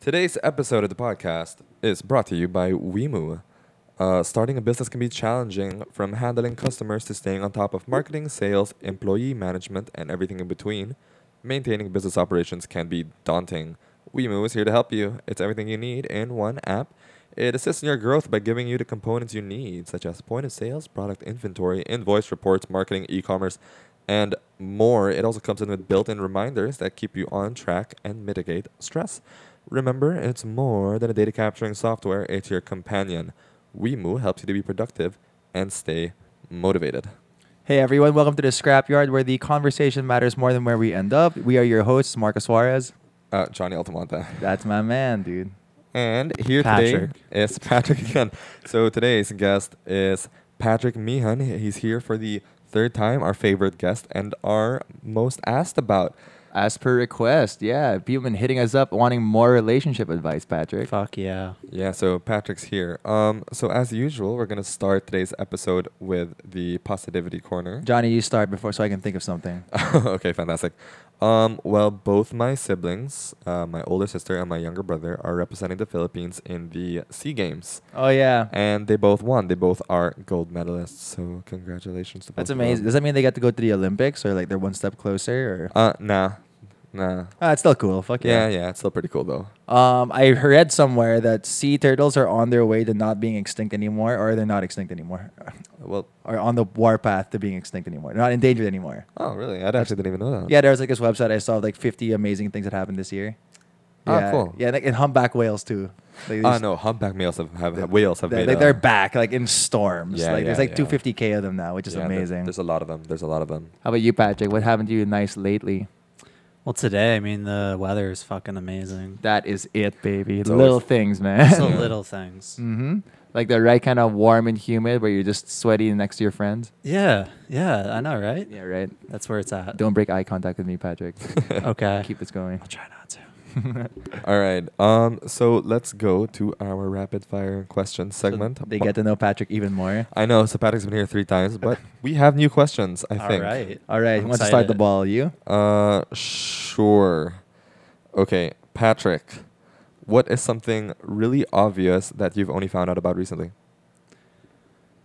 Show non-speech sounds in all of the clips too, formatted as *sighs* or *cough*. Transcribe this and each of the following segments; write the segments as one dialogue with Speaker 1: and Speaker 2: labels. Speaker 1: Today's episode of the podcast is brought to you by Wemu. Uh, starting a business can be challenging, from handling customers to staying on top of marketing, sales, employee management, and everything in between. Maintaining business operations can be daunting. Wemu is here to help you. It's everything you need in one app. It assists in your growth by giving you the components you need, such as point of sales, product inventory, invoice reports, marketing, e commerce, and more. It also comes in with built in reminders that keep you on track and mitigate stress. Remember, it's more than a data capturing software, it's your companion. Wemu helps you to be productive and stay motivated.
Speaker 2: Hey everyone, welcome to the Scrapyard, where the conversation matters more than where we end up. We are your hosts, Marcos Suarez.
Speaker 1: Uh, Johnny Altamonte.
Speaker 2: That's my man, dude.
Speaker 1: And here
Speaker 2: Patrick.
Speaker 1: today is *laughs* Patrick again. So today's guest is Patrick Meehan. He's here for the third time, our favorite guest and our most asked about.
Speaker 2: As per request, yeah, people been hitting us up wanting more relationship advice, Patrick.
Speaker 3: Fuck yeah.
Speaker 1: Yeah, so Patrick's here. Um, so as usual, we're gonna start today's episode with the positivity corner.
Speaker 2: Johnny, you start before so I can think of something.
Speaker 1: *laughs* okay, fantastic. Um, well, both my siblings, uh, my older sister and my younger brother, are representing the Philippines in the Sea Games,
Speaker 2: Oh yeah,
Speaker 1: and they both won. They both are gold medalists. So congratulations to both.
Speaker 2: that's
Speaker 1: of
Speaker 2: amazing. Does
Speaker 1: them.
Speaker 2: that mean they got to go to the Olympics or like they're one step closer? Or
Speaker 1: Uh, nah, nah.
Speaker 2: ah, it's still cool. Fuck
Speaker 1: Yeah,
Speaker 2: yeah.
Speaker 1: yeah, it's still pretty cool though.
Speaker 2: Um, I read somewhere that sea turtles are on their way to not being extinct anymore, or they're not extinct anymore,
Speaker 1: Well,
Speaker 2: or on the warpath to being extinct anymore. They're not endangered anymore.
Speaker 1: oh really? I actually didn't even know that.
Speaker 2: Yeah, there was like this website I saw of, like 50 amazing things that happened this year.
Speaker 1: Ah,
Speaker 2: yeah,
Speaker 1: cool.
Speaker 2: Yeah, like in humpback whales too. Like
Speaker 1: Oh
Speaker 2: these-
Speaker 1: no, humpback males have, have, have whales have
Speaker 2: they're,
Speaker 1: made.
Speaker 2: like
Speaker 1: a-
Speaker 2: they're back like in storms.
Speaker 1: Yeah,
Speaker 2: like there's
Speaker 1: yeah,
Speaker 2: like
Speaker 1: yeah.
Speaker 2: 250k of them now, which is
Speaker 1: Yeah, there-
Speaker 2: amazing.
Speaker 1: There's a lot of them. There's a lot of them.
Speaker 2: How about you, Patrick? What happened to you nice lately?
Speaker 3: Well, today, I mean, the weather is fucking amazing.
Speaker 2: That is it, baby.
Speaker 1: It's
Speaker 2: Little
Speaker 1: always- *laughs*
Speaker 2: things,
Speaker 3: So
Speaker 1: Yeah.
Speaker 2: man.
Speaker 3: little things.
Speaker 2: mm-hmm. Like the right kind of warm and humid where you're just sweaty next to your friends.
Speaker 3: Yeah, yeah, I know, right?
Speaker 2: Yeah, right.
Speaker 3: That's where it's at.
Speaker 2: Uh, Don't break eye contact with me, *laughs* Patrick.
Speaker 1: *laughs*
Speaker 3: Okay.
Speaker 2: Keep this going.
Speaker 3: I'll try not to.
Speaker 1: All right. Um. So let's go to our rapid fire question
Speaker 2: So
Speaker 1: segment.
Speaker 2: they
Speaker 1: Bu-
Speaker 2: get to know Patrick even more.
Speaker 1: I know. So Patrick's been here three times, but we have new questions. I
Speaker 3: All
Speaker 1: think.
Speaker 3: right.
Speaker 2: All right,
Speaker 3: I'm
Speaker 2: who wants to start the
Speaker 3: excited.
Speaker 2: ball? You?
Speaker 1: Uh. Sure. Okay, Patrick. What is something really obvious that you've only found out about recently?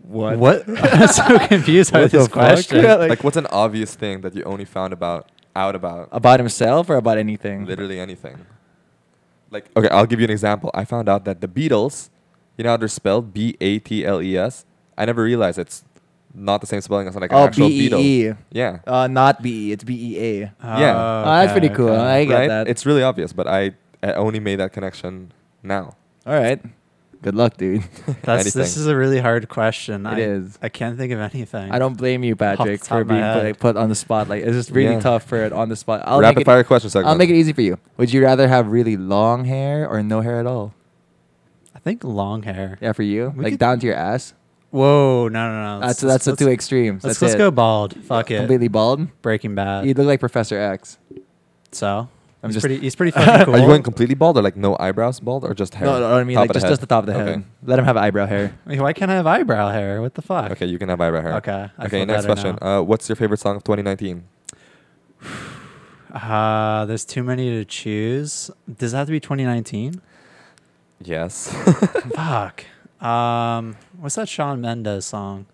Speaker 2: What? *laughs*
Speaker 3: *laughs* I'm so confused by
Speaker 2: What the
Speaker 3: this
Speaker 2: fuck?
Speaker 3: question.
Speaker 2: Yeah,
Speaker 1: Like,
Speaker 2: like-
Speaker 1: what's an obvious thing that you only found about out about
Speaker 2: About himself or about anything?
Speaker 1: literally anything? Like, okay, I'll give you an example. I found out that the Beatles, you know how they're spelled B A T L E S. I never realized it's not the same spelling as like an
Speaker 2: Oh,
Speaker 1: actual
Speaker 2: B
Speaker 1: Beatle.
Speaker 2: E E.
Speaker 1: Yeah.
Speaker 2: Uh, not B E. It's B E A.
Speaker 1: Yeah.
Speaker 3: Oh,
Speaker 2: Oh, that's
Speaker 3: okay,
Speaker 2: pretty cool.
Speaker 3: okay.
Speaker 2: I get
Speaker 1: right?
Speaker 2: that.
Speaker 1: It's really obvious, but I, I only made that connection now. *laughs*
Speaker 2: All right. Good luck, dude.
Speaker 3: That's,
Speaker 1: Anything.
Speaker 3: this is a really hard question.
Speaker 2: It
Speaker 3: I,
Speaker 2: is.
Speaker 3: I can't think of anything.
Speaker 2: I don't blame you, Patrick,
Speaker 3: Off the top
Speaker 2: for
Speaker 3: of my
Speaker 2: being put,
Speaker 3: head.
Speaker 2: like, put on the spotlight. It's just really
Speaker 1: Yeah.
Speaker 2: tough for it on the spot. I'll
Speaker 1: Rapid
Speaker 2: make it,
Speaker 1: fire question segment.
Speaker 2: I'll make it easy for you. Would you rather have really long hair or no hair at all?
Speaker 3: I think long hair.
Speaker 2: Yeah, for you,
Speaker 3: We
Speaker 2: like
Speaker 3: could-
Speaker 2: down to your ass.
Speaker 3: Whoa, no, no, no.
Speaker 2: That's
Speaker 3: Let's-
Speaker 2: that's the
Speaker 3: let's-
Speaker 2: two extremes.
Speaker 3: Let's,
Speaker 2: That's
Speaker 3: let's
Speaker 2: it.
Speaker 3: go bald. Fuck it.
Speaker 2: Completely bald.
Speaker 3: Breaking Bad.
Speaker 2: You look like Professor X.
Speaker 3: so
Speaker 2: I'm
Speaker 3: he's
Speaker 2: just-
Speaker 3: pretty. He's
Speaker 2: *laughs*
Speaker 3: pretty fucking
Speaker 1: *laughs*
Speaker 3: cool.
Speaker 1: Are you going completely bald or like no eyebrows bald or just hair?
Speaker 2: No, no, I mean
Speaker 1: Top
Speaker 2: like
Speaker 1: of
Speaker 2: just, just the top of the head.
Speaker 1: Okay.
Speaker 2: Let him have eyebrow hair.
Speaker 3: Wait, Why can't I have eyebrow hair? What the fuck?
Speaker 1: Okay, you can have eyebrow hair.
Speaker 3: Okay, I
Speaker 1: okay,
Speaker 3: feel
Speaker 1: next
Speaker 3: better
Speaker 1: question.
Speaker 3: now.
Speaker 1: Uh, what's your favorite song of 2019?
Speaker 3: Uh, there's too many to choose. Does that have to be 2019?
Speaker 2: *laughs*
Speaker 1: Yes.
Speaker 3: Fuck. Um, what's that Sean Mendes song?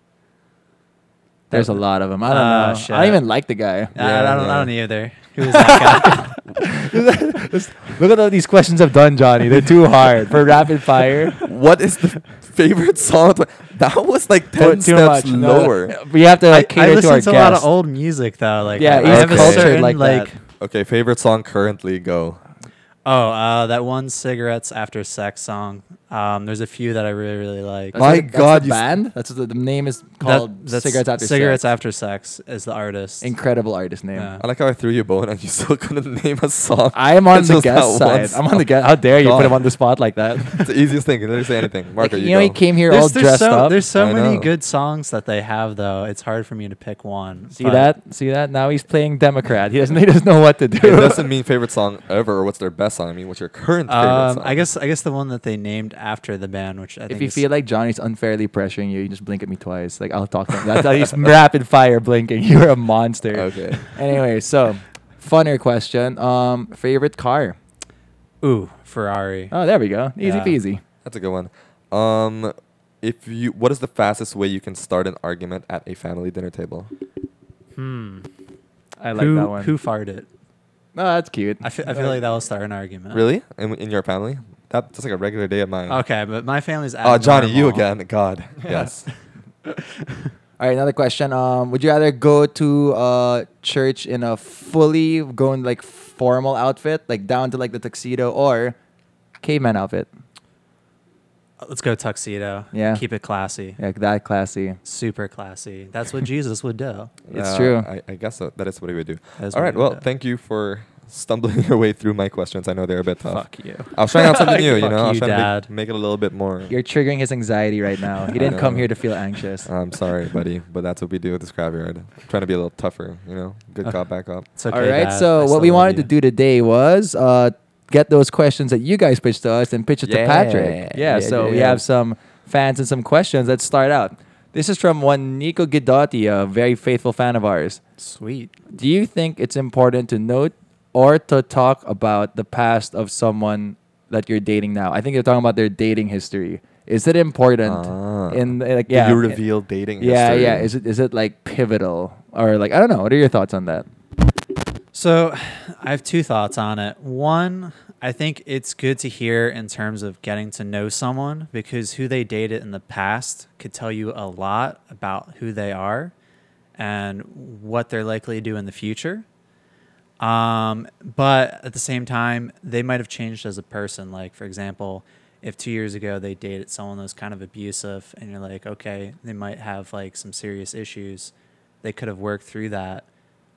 Speaker 2: There's a lot of them. I don't
Speaker 3: Ah,
Speaker 2: know.
Speaker 3: shit.
Speaker 2: I don't even like the guy.
Speaker 3: I- I,
Speaker 1: Yeah,
Speaker 3: don't,
Speaker 1: yeah.
Speaker 3: I don't either. Who is that guy?
Speaker 2: *laughs* Look at all these questions I've done, Johnny. They're too hard for rapid *laughs* fire.
Speaker 1: *laughs* what is the favorite song? Of tw- that was like 10
Speaker 2: Put too
Speaker 1: steps
Speaker 2: much. No, *laughs*
Speaker 1: lower.
Speaker 2: we have to *laughs* like,
Speaker 3: I
Speaker 2: cater to
Speaker 3: listen
Speaker 2: our
Speaker 3: to, a lot of
Speaker 2: guests.
Speaker 3: old music though. Like
Speaker 2: Yeah,
Speaker 3: I
Speaker 1: East
Speaker 3: have a
Speaker 1: culture
Speaker 3: certain
Speaker 2: like
Speaker 3: like,
Speaker 2: that.
Speaker 1: Okay, favorite song currently go.
Speaker 3: oh uh, that one cigarettes after sex song. Um, there's a few that I really really like.
Speaker 2: That's
Speaker 1: My
Speaker 2: what- that's
Speaker 1: God,
Speaker 2: the
Speaker 1: you s-
Speaker 2: band. That's what the, the name is
Speaker 3: That-
Speaker 2: called.
Speaker 3: that's-
Speaker 2: cigarettes after
Speaker 3: cigarettes
Speaker 2: Sex.
Speaker 3: after sex is the artist.
Speaker 2: Incredible artist name.
Speaker 3: Yeah.
Speaker 1: I like how I threw you a bone and you *laughs* still couldn't name a song.
Speaker 2: I am on
Speaker 1: It's
Speaker 2: the
Speaker 1: just
Speaker 2: guest
Speaker 1: that one
Speaker 2: side. I'm on the
Speaker 1: song.
Speaker 2: guest. How dare you put
Speaker 1: God.
Speaker 2: him on the spot like *laughs* that?
Speaker 1: *laughs* It's the easiest thing. You didn't say
Speaker 2: *laughs*
Speaker 1: anything.
Speaker 2: Like,
Speaker 1: Marco,
Speaker 2: you
Speaker 1: you
Speaker 2: know,
Speaker 1: go.
Speaker 2: he came here
Speaker 3: There's,
Speaker 2: all
Speaker 3: there's
Speaker 2: dressed
Speaker 3: so,
Speaker 2: up.
Speaker 3: There's so
Speaker 1: I
Speaker 3: many
Speaker 1: know.
Speaker 3: good songs that they have though. It's hard for me to pick one.
Speaker 2: See
Speaker 3: but-
Speaker 2: that? See that? Now he's playing Democrat. He doesn't. *laughs* He doesn't know what to do.
Speaker 1: *laughs* It doesn't mean favorite song ever or what's their best song. I mean, what's your current favorite
Speaker 3: Um,
Speaker 1: song?
Speaker 3: I guess I guess the one that they named after the band, which I
Speaker 2: If
Speaker 3: think
Speaker 2: you
Speaker 3: is-
Speaker 2: feel like Johnny's unfairly pressuring you, you just blink at me twice. Like I'll talk to him. That's how he's rapid fire blinking. *laughs* You're a monster.
Speaker 1: Okay.
Speaker 2: Anyway, so funner question. Um, favorite car?
Speaker 3: ooh Ferrari.
Speaker 2: Oh, there we go. Easy
Speaker 3: Yeah.
Speaker 2: peasy.
Speaker 1: That's a good one. Um, if you, what is the fastest way you can start an argument at a family dinner table?
Speaker 3: Hmm.
Speaker 2: I like
Speaker 3: who,
Speaker 2: that one.
Speaker 3: Who farted?
Speaker 2: No, that's cute.
Speaker 3: I fe- I feel like that will start an
Speaker 2: Oh.
Speaker 3: argument.
Speaker 1: Really? In, in your family? That, that's like a regular day of mine.
Speaker 3: Okay, but my family's.
Speaker 1: Oh, Johnny, you
Speaker 3: abnormal.
Speaker 1: again.
Speaker 2: *laughs*
Speaker 1: God. Yes.
Speaker 2: All right, another question. Um, would you rather go to uh, church in a fully going like formal outfit, like down to like the tuxedo, or caveman outfit?
Speaker 3: Let's go tuxedo.
Speaker 2: Yeah.
Speaker 3: Keep it classy.
Speaker 2: Like that classy.
Speaker 3: Super classy. That's what Jesus would do.
Speaker 2: It's
Speaker 1: Uh,
Speaker 2: true.
Speaker 1: I, I guess so. that is what he would do.
Speaker 3: That's
Speaker 1: All
Speaker 3: what
Speaker 1: right.
Speaker 3: he would
Speaker 1: Well,
Speaker 3: do.
Speaker 1: thank you for stumbling *laughs* your way through my questions. I know they're a bit tough.
Speaker 3: Fuck you.
Speaker 1: I was trying out
Speaker 2: *laughs*
Speaker 1: something new, you
Speaker 3: Fuck
Speaker 1: know? I was
Speaker 3: you,
Speaker 1: trying to
Speaker 3: Dad.
Speaker 1: make, make it a little bit more.
Speaker 2: You're triggering his anxiety right now.
Speaker 1: I
Speaker 2: He didn't come
Speaker 1: know.
Speaker 2: here to feel
Speaker 1: *laughs*
Speaker 2: anxious.
Speaker 1: I'm sorry, buddy, but that's what we do at the scrapyard. trying to be a little tougher, you know? Good
Speaker 2: Uh,
Speaker 3: Okay.
Speaker 1: cop, back up.
Speaker 3: It's okay.
Speaker 2: All right.
Speaker 3: Dad. I
Speaker 2: So
Speaker 3: still
Speaker 2: what we
Speaker 3: love
Speaker 2: wanted
Speaker 3: you.
Speaker 2: to do today was uh, get those questions that you guys pitched to us and pitch it to Patrick.
Speaker 1: Yeah.
Speaker 2: Yeah.
Speaker 1: Yeah,
Speaker 2: so we
Speaker 1: yeah.
Speaker 2: have some fans and some questions. Let's start out. This is from one Nico Guidotti, a very faithful fan of ours.
Speaker 3: Sweet.
Speaker 2: Do you think it's important to note or to talk about the past of someone that you're dating now? I think you're talking about their dating history. Is it important?
Speaker 1: Ah.
Speaker 2: in like
Speaker 1: Did
Speaker 2: yeah,
Speaker 1: you reveal dating
Speaker 2: yeah,
Speaker 1: history?
Speaker 2: yeah. Is it is it like pivotal or like I don't know? What are your thoughts on that?
Speaker 3: So I have two thoughts on it. One, I think it's good to hear in terms of getting to know someone because who they dated in the past could tell you a lot about who they are and what they're likely to do in the future. Um, but at the same time, they might have changed as a person. Like, for example, if two years ago they dated someone that was kind of abusive, and you're like, okay, they might have like some serious issues, they could have worked through that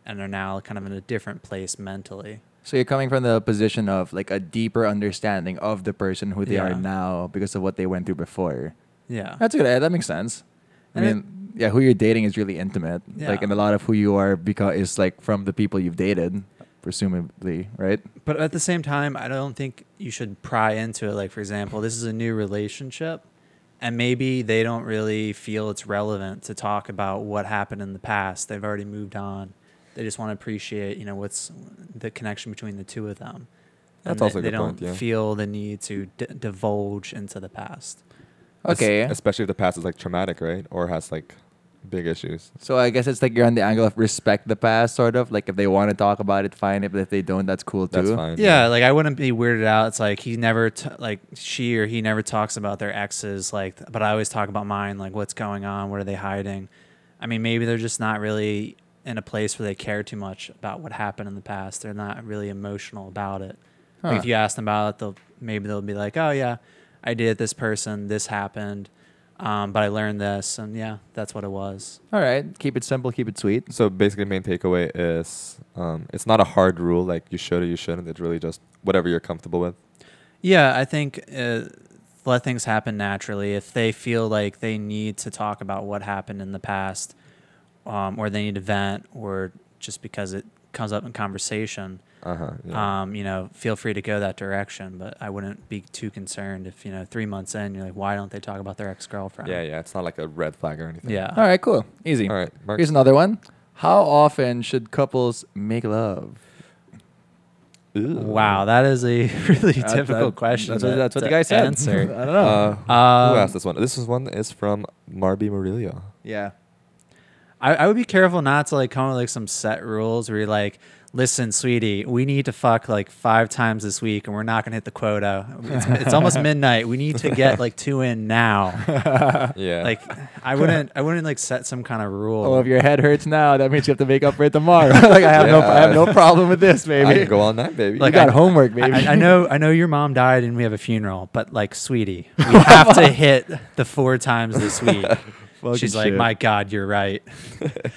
Speaker 3: and are now kind of in a different place mentally.
Speaker 2: So you're coming from the position of like a deeper understanding of the person who they are
Speaker 3: Yeah.
Speaker 2: now because of what they went through before.
Speaker 3: Yeah.
Speaker 2: That's good. eh, That makes sense. I
Speaker 3: And it-
Speaker 2: mean, yeah, who you're dating is really intimate. Like,
Speaker 3: Yeah.
Speaker 2: and a lot of who you are because is like from the people you've dated, presumably, right?
Speaker 3: but at the same time, I don't think you should pry into it. Like, for example, this is a new relationship, and maybe they don't really feel it's relevant to talk about what happened in the past. They've already moved on. They just want to appreciate, you know, what's the connection between the two of them.
Speaker 1: That's
Speaker 3: they,
Speaker 1: also a
Speaker 3: they
Speaker 1: good
Speaker 3: don't
Speaker 1: point, yeah.
Speaker 3: feel the need to d- divulge into the past.
Speaker 1: Es-
Speaker 2: Okay.
Speaker 1: especially if the past is like traumatic, right? Or has like big issues.
Speaker 2: so I guess it's like you're on the angle of respect the past, sort of. Like, if they want to talk about it, fine. If, if they don't, that's cool too.
Speaker 1: That's fine.
Speaker 3: Yeah, like I wouldn't be weirded out. It's like he never, t- like she or he never talks about their exes. Like, but I always talk about mine. Like, what's going on? What are they hiding? I mean, maybe they're just not really in a place where they care too much about what happened in the past. They're not really emotional about it. Like,
Speaker 2: Huh.
Speaker 3: if you ask them about it, they'll maybe they'll be like, "Oh yeah, I dated this person. This happened, um, but I learned this, and yeah, that's what it was."
Speaker 2: All right. Keep it simple. Keep it sweet.
Speaker 1: So basically, main takeaway is um, it's not a hard rule like you should or you shouldn't. It's really just whatever you're comfortable with.
Speaker 3: Yeah, I think uh, let things happen naturally. If they feel like they need to talk about what happened in the past, um, or they need to vent, or just because it comes up in conversation,
Speaker 1: Uh huh.
Speaker 3: um, you know, feel free to go that direction. But I wouldn't be too concerned if you know three months in you're like, why don't they talk about their ex girlfriend?
Speaker 1: yeah, yeah. It's not like a red flag or anything.
Speaker 3: yeah.
Speaker 2: All right. Cool. Easy.
Speaker 1: All right, Mark.
Speaker 2: Here's another one. How often should couples make
Speaker 3: *laughs*
Speaker 2: love?
Speaker 3: Wow, that is a *laughs* really
Speaker 2: That- that-
Speaker 3: difficult question.
Speaker 2: That's what,
Speaker 3: to-
Speaker 2: that's what the
Speaker 3: to
Speaker 2: guy said.
Speaker 3: Answer.
Speaker 2: *laughs* I don't
Speaker 1: Uh,
Speaker 2: know.
Speaker 1: who
Speaker 3: Um,
Speaker 1: asked this one? This is one is from Marby
Speaker 3: *laughs*
Speaker 1: Murillo.
Speaker 2: yeah.
Speaker 3: I, I would be careful not to like come up with like some set rules where you're like, listen, sweetie, we need to fuck like five times this week and we're not gonna hit the quota. It's,
Speaker 2: *laughs*
Speaker 3: it's almost midnight. We need to get like two in now.
Speaker 1: yeah.
Speaker 3: Like I wouldn't I wouldn't like set some kind of rule.
Speaker 2: Oh, if your head hurts now, that means you have to make up for it
Speaker 3: *laughs*
Speaker 2: tomorrow. *laughs* like I have no, I have no
Speaker 1: Yeah.
Speaker 2: problem with *laughs*
Speaker 1: *laughs*
Speaker 2: this,
Speaker 1: I
Speaker 2: baby.
Speaker 1: can go all night, baby.
Speaker 2: you
Speaker 3: Like,
Speaker 2: got
Speaker 3: I-
Speaker 2: homework,
Speaker 3: I-
Speaker 2: baby.
Speaker 3: I, I know I know your mom died and we have a funeral, but like, sweetie, *laughs*
Speaker 2: *laughs*
Speaker 3: we
Speaker 1: *laughs*
Speaker 3: have to hit the four times this week. She's like,
Speaker 2: shit.
Speaker 3: My God, you're right. *laughs*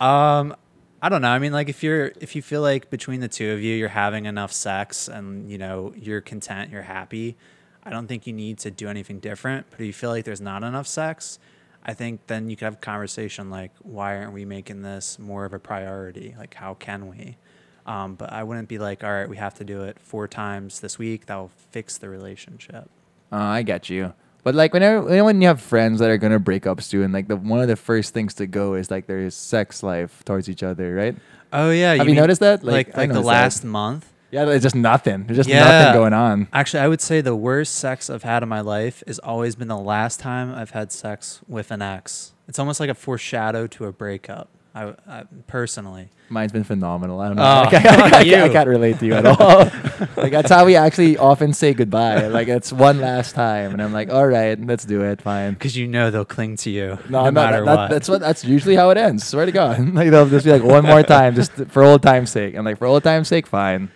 Speaker 3: um I don't know. I mean, like if you're if you feel like between the two of you you're having enough sex and you know, you're content, you're happy, I don't think you need to do anything different. But if you feel like there's not enough sex, I think then you could have a conversation like, why aren't we making this more of a priority? Like how can we? Um, but I wouldn't be like, all right, we have to do it four times this week. That'll fix the relationship.
Speaker 2: Oh, I got you. But like whenever, you know, when you have friends that are gonna break up soon, like the one of the first things to go is like their sex life towards each other, right?
Speaker 3: Oh yeah,
Speaker 2: Have you noticed that? Like,
Speaker 3: Like,
Speaker 2: I
Speaker 3: like the
Speaker 2: noticed that.
Speaker 3: last month,
Speaker 2: Yeah, there's just nothing. There's just
Speaker 3: Yeah.
Speaker 2: nothing going on.
Speaker 3: Actually, I would say the worst sex I've had in my life has always been the last time I've had sex with an ex. It's almost like a foreshadow to a breakup. I, I personally,
Speaker 2: Mine's been phenomenal. I don't know. *laughs*
Speaker 3: Oh,
Speaker 2: I, can't- I
Speaker 3: fuck
Speaker 2: can't-
Speaker 3: you.
Speaker 2: I can't relate to you at all.
Speaker 3: *laughs*
Speaker 2: like that's how we actually often say goodbye. Like it's one last time, and I'm like, all right, let's do it.
Speaker 3: *laughs*
Speaker 2: Fine.
Speaker 3: because you know they'll cling to you
Speaker 2: No,
Speaker 3: no,
Speaker 2: no, that,
Speaker 3: matter
Speaker 2: that-
Speaker 3: what.
Speaker 2: that's what that's usually how it ends. Swear to God, *laughs* like they'll just be like one
Speaker 3: *laughs*
Speaker 2: more time, just for old time's sake. I'm like for old time's sake, fine.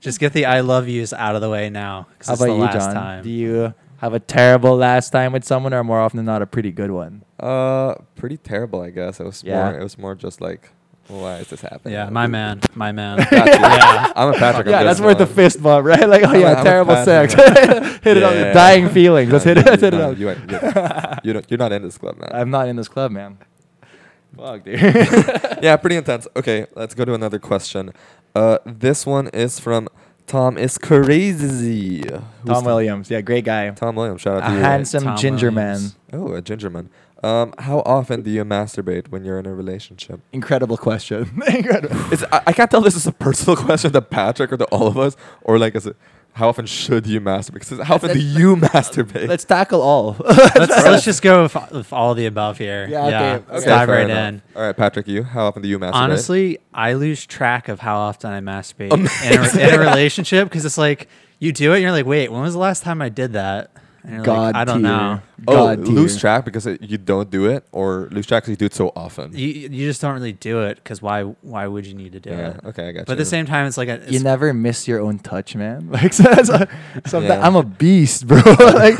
Speaker 3: Just get the "I love yous" out of the way now. 'cause
Speaker 2: How
Speaker 3: it's the
Speaker 2: about you,
Speaker 3: last
Speaker 2: John?
Speaker 3: time.
Speaker 2: Do you have a terrible last time with someone, or more often than not, a pretty good one?
Speaker 1: Uh, pretty terrible, I guess. It was
Speaker 2: Yeah.
Speaker 1: more. It was more just like, why is this happening?
Speaker 3: Yeah, my man,
Speaker 2: *laughs*
Speaker 3: my man.
Speaker 1: Got you.
Speaker 3: yeah.
Speaker 1: *laughs* I'm a Patrick. on
Speaker 2: yeah, that's
Speaker 1: this
Speaker 2: worth a
Speaker 1: one.
Speaker 2: fist bump, right? Like, oh
Speaker 1: I'm a-
Speaker 2: yeah,
Speaker 1: I'm a
Speaker 2: terrible
Speaker 1: fan
Speaker 2: sex.
Speaker 1: of
Speaker 2: *laughs* hit it
Speaker 1: Yeah.
Speaker 2: up. Dying feelings. Let's
Speaker 1: No,
Speaker 2: hit it.
Speaker 1: you-
Speaker 2: Let's hit it
Speaker 1: no,
Speaker 2: up.
Speaker 1: You ain't-
Speaker 2: *laughs*
Speaker 1: you- you don't- you're not in this club, man.
Speaker 2: I'm not in this club, man. Fuck, dude.
Speaker 1: yeah, pretty intense. Okay, let's go to another question. Uh, this one is from Tom is crazy. Who's
Speaker 2: Tom Williams, yeah, great guy.
Speaker 1: Tom Williams, shout out to
Speaker 2: A
Speaker 1: you.
Speaker 2: handsome
Speaker 3: Tom
Speaker 2: ginger
Speaker 3: Williams.
Speaker 2: man.
Speaker 1: Oh, a ginger man. Um, how often do you masturbate when you're in a relationship?
Speaker 2: Incredible question. *laughs* Incredible.
Speaker 1: *sighs* It's, I, I can't tell if this is a personal *laughs* question to Patrick or to all of us, or like, is it how often should you masturbate? 'Cause how often do
Speaker 2: Let's-
Speaker 1: you masturbate?
Speaker 2: Let's tackle all. *laughs*
Speaker 3: Let's, let's just go with, with all the above here.
Speaker 2: Yeah, okay, okay.
Speaker 3: Let's dive
Speaker 1: fair
Speaker 3: right
Speaker 1: enough.
Speaker 3: in.
Speaker 1: All right, Patrick, you. How often do you masturbate?
Speaker 3: Honestly, I lose track of how often I masturbate in a, in a *laughs* relationship because it's like you do it, and you're like, wait, when was the last time I did that? And you're like,
Speaker 2: God,
Speaker 3: I don't
Speaker 2: tier.
Speaker 3: know.
Speaker 1: oh,
Speaker 2: God
Speaker 1: lose
Speaker 2: tier.
Speaker 1: track because it, you don't do it, or lose track because you do it so often. *laughs*
Speaker 3: You you just don't really do it because why why would you need to do
Speaker 1: yeah.
Speaker 3: it?
Speaker 1: Okay, I got you.
Speaker 3: But at the same time, it's like a, it's, *laughs*
Speaker 2: You never miss your own touch, man. *laughs* Like so that's a- sometimes
Speaker 1: Yeah.
Speaker 2: I'm a beast, bro. *laughs* like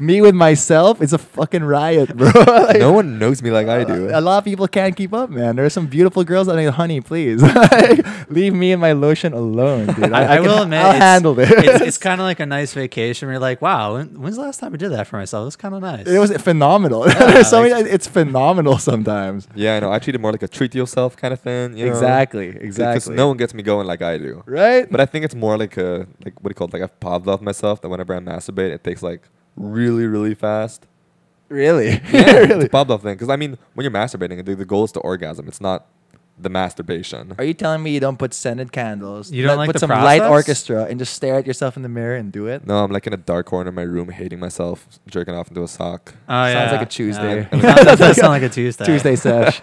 Speaker 2: me with myself, it's a fucking riot, bro. *laughs* Like,
Speaker 1: no one knows me like I do.
Speaker 2: Uh, A lot of people can't keep up, man. There are some beautiful girls that need honey, please. *laughs* Like, leave me and my lotion alone, dude.
Speaker 3: I, I,
Speaker 2: can-
Speaker 3: will admit,
Speaker 2: I'll
Speaker 3: it's,
Speaker 2: handle it.
Speaker 3: it's,
Speaker 2: *laughs*
Speaker 3: it's kind of like a nice vacation. Where you're like, wow, when, when's the last time I did that for myself? It was kind of nice.
Speaker 2: it was phenomenal. *laughs* There's so
Speaker 3: like-
Speaker 2: many, it's phenomenal sometimes.
Speaker 1: yeah, I know. I treat it more like a treat yourself kind of thing. You know?
Speaker 2: Exactly,
Speaker 1: Because
Speaker 2: exactly.
Speaker 1: no one gets me going like I do.
Speaker 2: right?
Speaker 1: But I think it's more like a like what do you call it? Like I've popped off myself that whenever I masturbate, it takes like really really *laughs* fast.
Speaker 2: really, *laughs*
Speaker 1: It's a
Speaker 2: really.
Speaker 1: popped off thing. Because I mean, when you're masturbating, the, the goal is to orgasm. It's not the masturbation.
Speaker 2: Are you telling me you don't put scented candles?
Speaker 3: You don't
Speaker 2: let-
Speaker 3: like
Speaker 2: put
Speaker 3: the
Speaker 2: some light
Speaker 3: process?
Speaker 2: orchestra and just stare at yourself in the mirror and do it.
Speaker 1: No, I'm like in a dark corner of my room, hating myself, jerking off into a sock.
Speaker 3: Oh,
Speaker 2: Sounds
Speaker 3: yeah.
Speaker 2: like a Tuesday. *laughs*
Speaker 3: Yeah. That does- does sound like a Tuesday.
Speaker 2: Tuesday
Speaker 3: *laughs*
Speaker 2: sesh.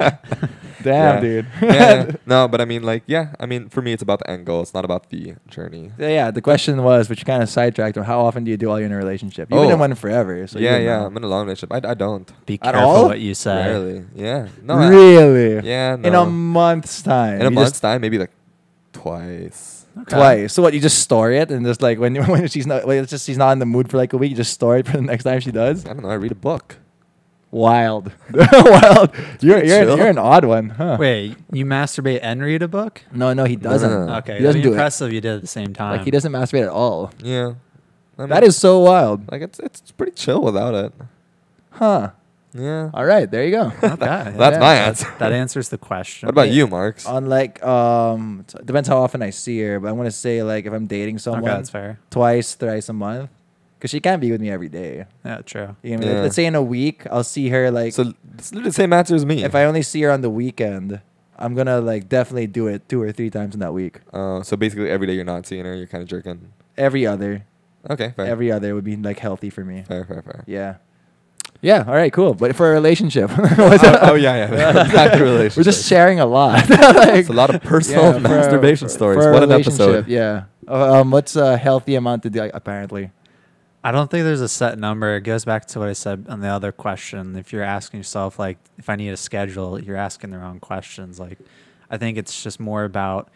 Speaker 2: Damn,
Speaker 1: Yeah.
Speaker 2: dude. *laughs*
Speaker 1: yeah, yeah. no, but I mean, like, yeah. I mean, for me, it's about the end goal. It's not about the journey.
Speaker 2: Yeah, yeah, the question was, which you kind of sidetracked on, how often do you do while you're in a relationship? You've
Speaker 1: Oh.
Speaker 2: been in one forever. So you uh,
Speaker 1: yeah,
Speaker 2: would
Speaker 1: yeah.
Speaker 2: know.
Speaker 1: I'm in a long relationship. I, I don't.
Speaker 3: Be
Speaker 2: At
Speaker 3: careful
Speaker 2: all?
Speaker 3: what you say.
Speaker 1: Rarely. Yeah. No. I-
Speaker 2: really?
Speaker 1: yeah. No.
Speaker 2: In a month's time.
Speaker 1: In a
Speaker 2: You
Speaker 1: month's
Speaker 2: just-
Speaker 1: time, maybe like twice.
Speaker 3: Okay.
Speaker 2: Twice. So what? You just store it, and just like when *laughs* when she's not, when it's just she's not in the mood for like a week, you just store it for the next time she does.
Speaker 1: I don't know. I read a book. *laughs*
Speaker 2: Wild, *laughs* wild. You're you're
Speaker 1: Chill.
Speaker 2: an, you're an odd one, huh?
Speaker 3: Wait, you masturbate and read a book?
Speaker 2: Oh, No, no, he
Speaker 1: No, no,
Speaker 2: doesn't.
Speaker 1: no, no.
Speaker 3: Okay,
Speaker 2: he doesn't
Speaker 3: that'd be
Speaker 2: do it.
Speaker 3: impressive. You did at the same time.
Speaker 2: Like he
Speaker 1: *laughs*
Speaker 2: doesn't masturbate at all.
Speaker 1: Yeah. I mean,
Speaker 2: That is so wild,
Speaker 1: like it's it's pretty chill without it.
Speaker 2: huh?
Speaker 1: Yeah.
Speaker 2: All right, there
Speaker 1: *laughs*
Speaker 2: you go.
Speaker 3: Okay,
Speaker 1: That's
Speaker 2: yeah,
Speaker 1: my
Speaker 2: that-
Speaker 1: answer.
Speaker 3: That answers the question.
Speaker 1: what about
Speaker 2: yeah.
Speaker 1: you, Marks?
Speaker 2: on like um, t- depends how often I see her, but I'm gonna say like if I'm dating someone,
Speaker 3: Okay, that's fair.
Speaker 2: twice, thrice a month, because she can't be with me every day.
Speaker 3: Yeah, true.
Speaker 2: You know, what I mean?
Speaker 1: Yeah.
Speaker 2: let's say in a week, I'll see her like
Speaker 1: so it's literally the same answer as me.
Speaker 2: if I only see her on the weekend, I'm gonna like definitely do it two or three times in that week.
Speaker 1: uh, so basically every day you're not seeing her, you're kind of jerking.
Speaker 2: Every other,
Speaker 1: Okay. Fair.
Speaker 2: every other would be like healthy for me.
Speaker 1: fair. Fair. Fair.
Speaker 2: Yeah, yeah. All right, cool. But for a relationship, *laughs* what's
Speaker 1: oh,
Speaker 2: up?
Speaker 1: oh yeah, yeah. Back to relationship.
Speaker 2: *laughs* we're just sharing
Speaker 1: *laughs*
Speaker 2: a lot. like,
Speaker 1: it's a lot of personal
Speaker 2: yeah, for-
Speaker 1: masturbation
Speaker 2: for-
Speaker 1: stories.
Speaker 2: for a
Speaker 1: What an
Speaker 2: relationship,
Speaker 1: episode.
Speaker 2: Yeah. Uh, um, what's a healthy amount to do? Like, apparently,
Speaker 3: I don't think there's a set number. It goes back to what I said on the other question. If you're asking yourself, like, if I need a schedule, you're asking the wrong questions. Like, I think it's just more about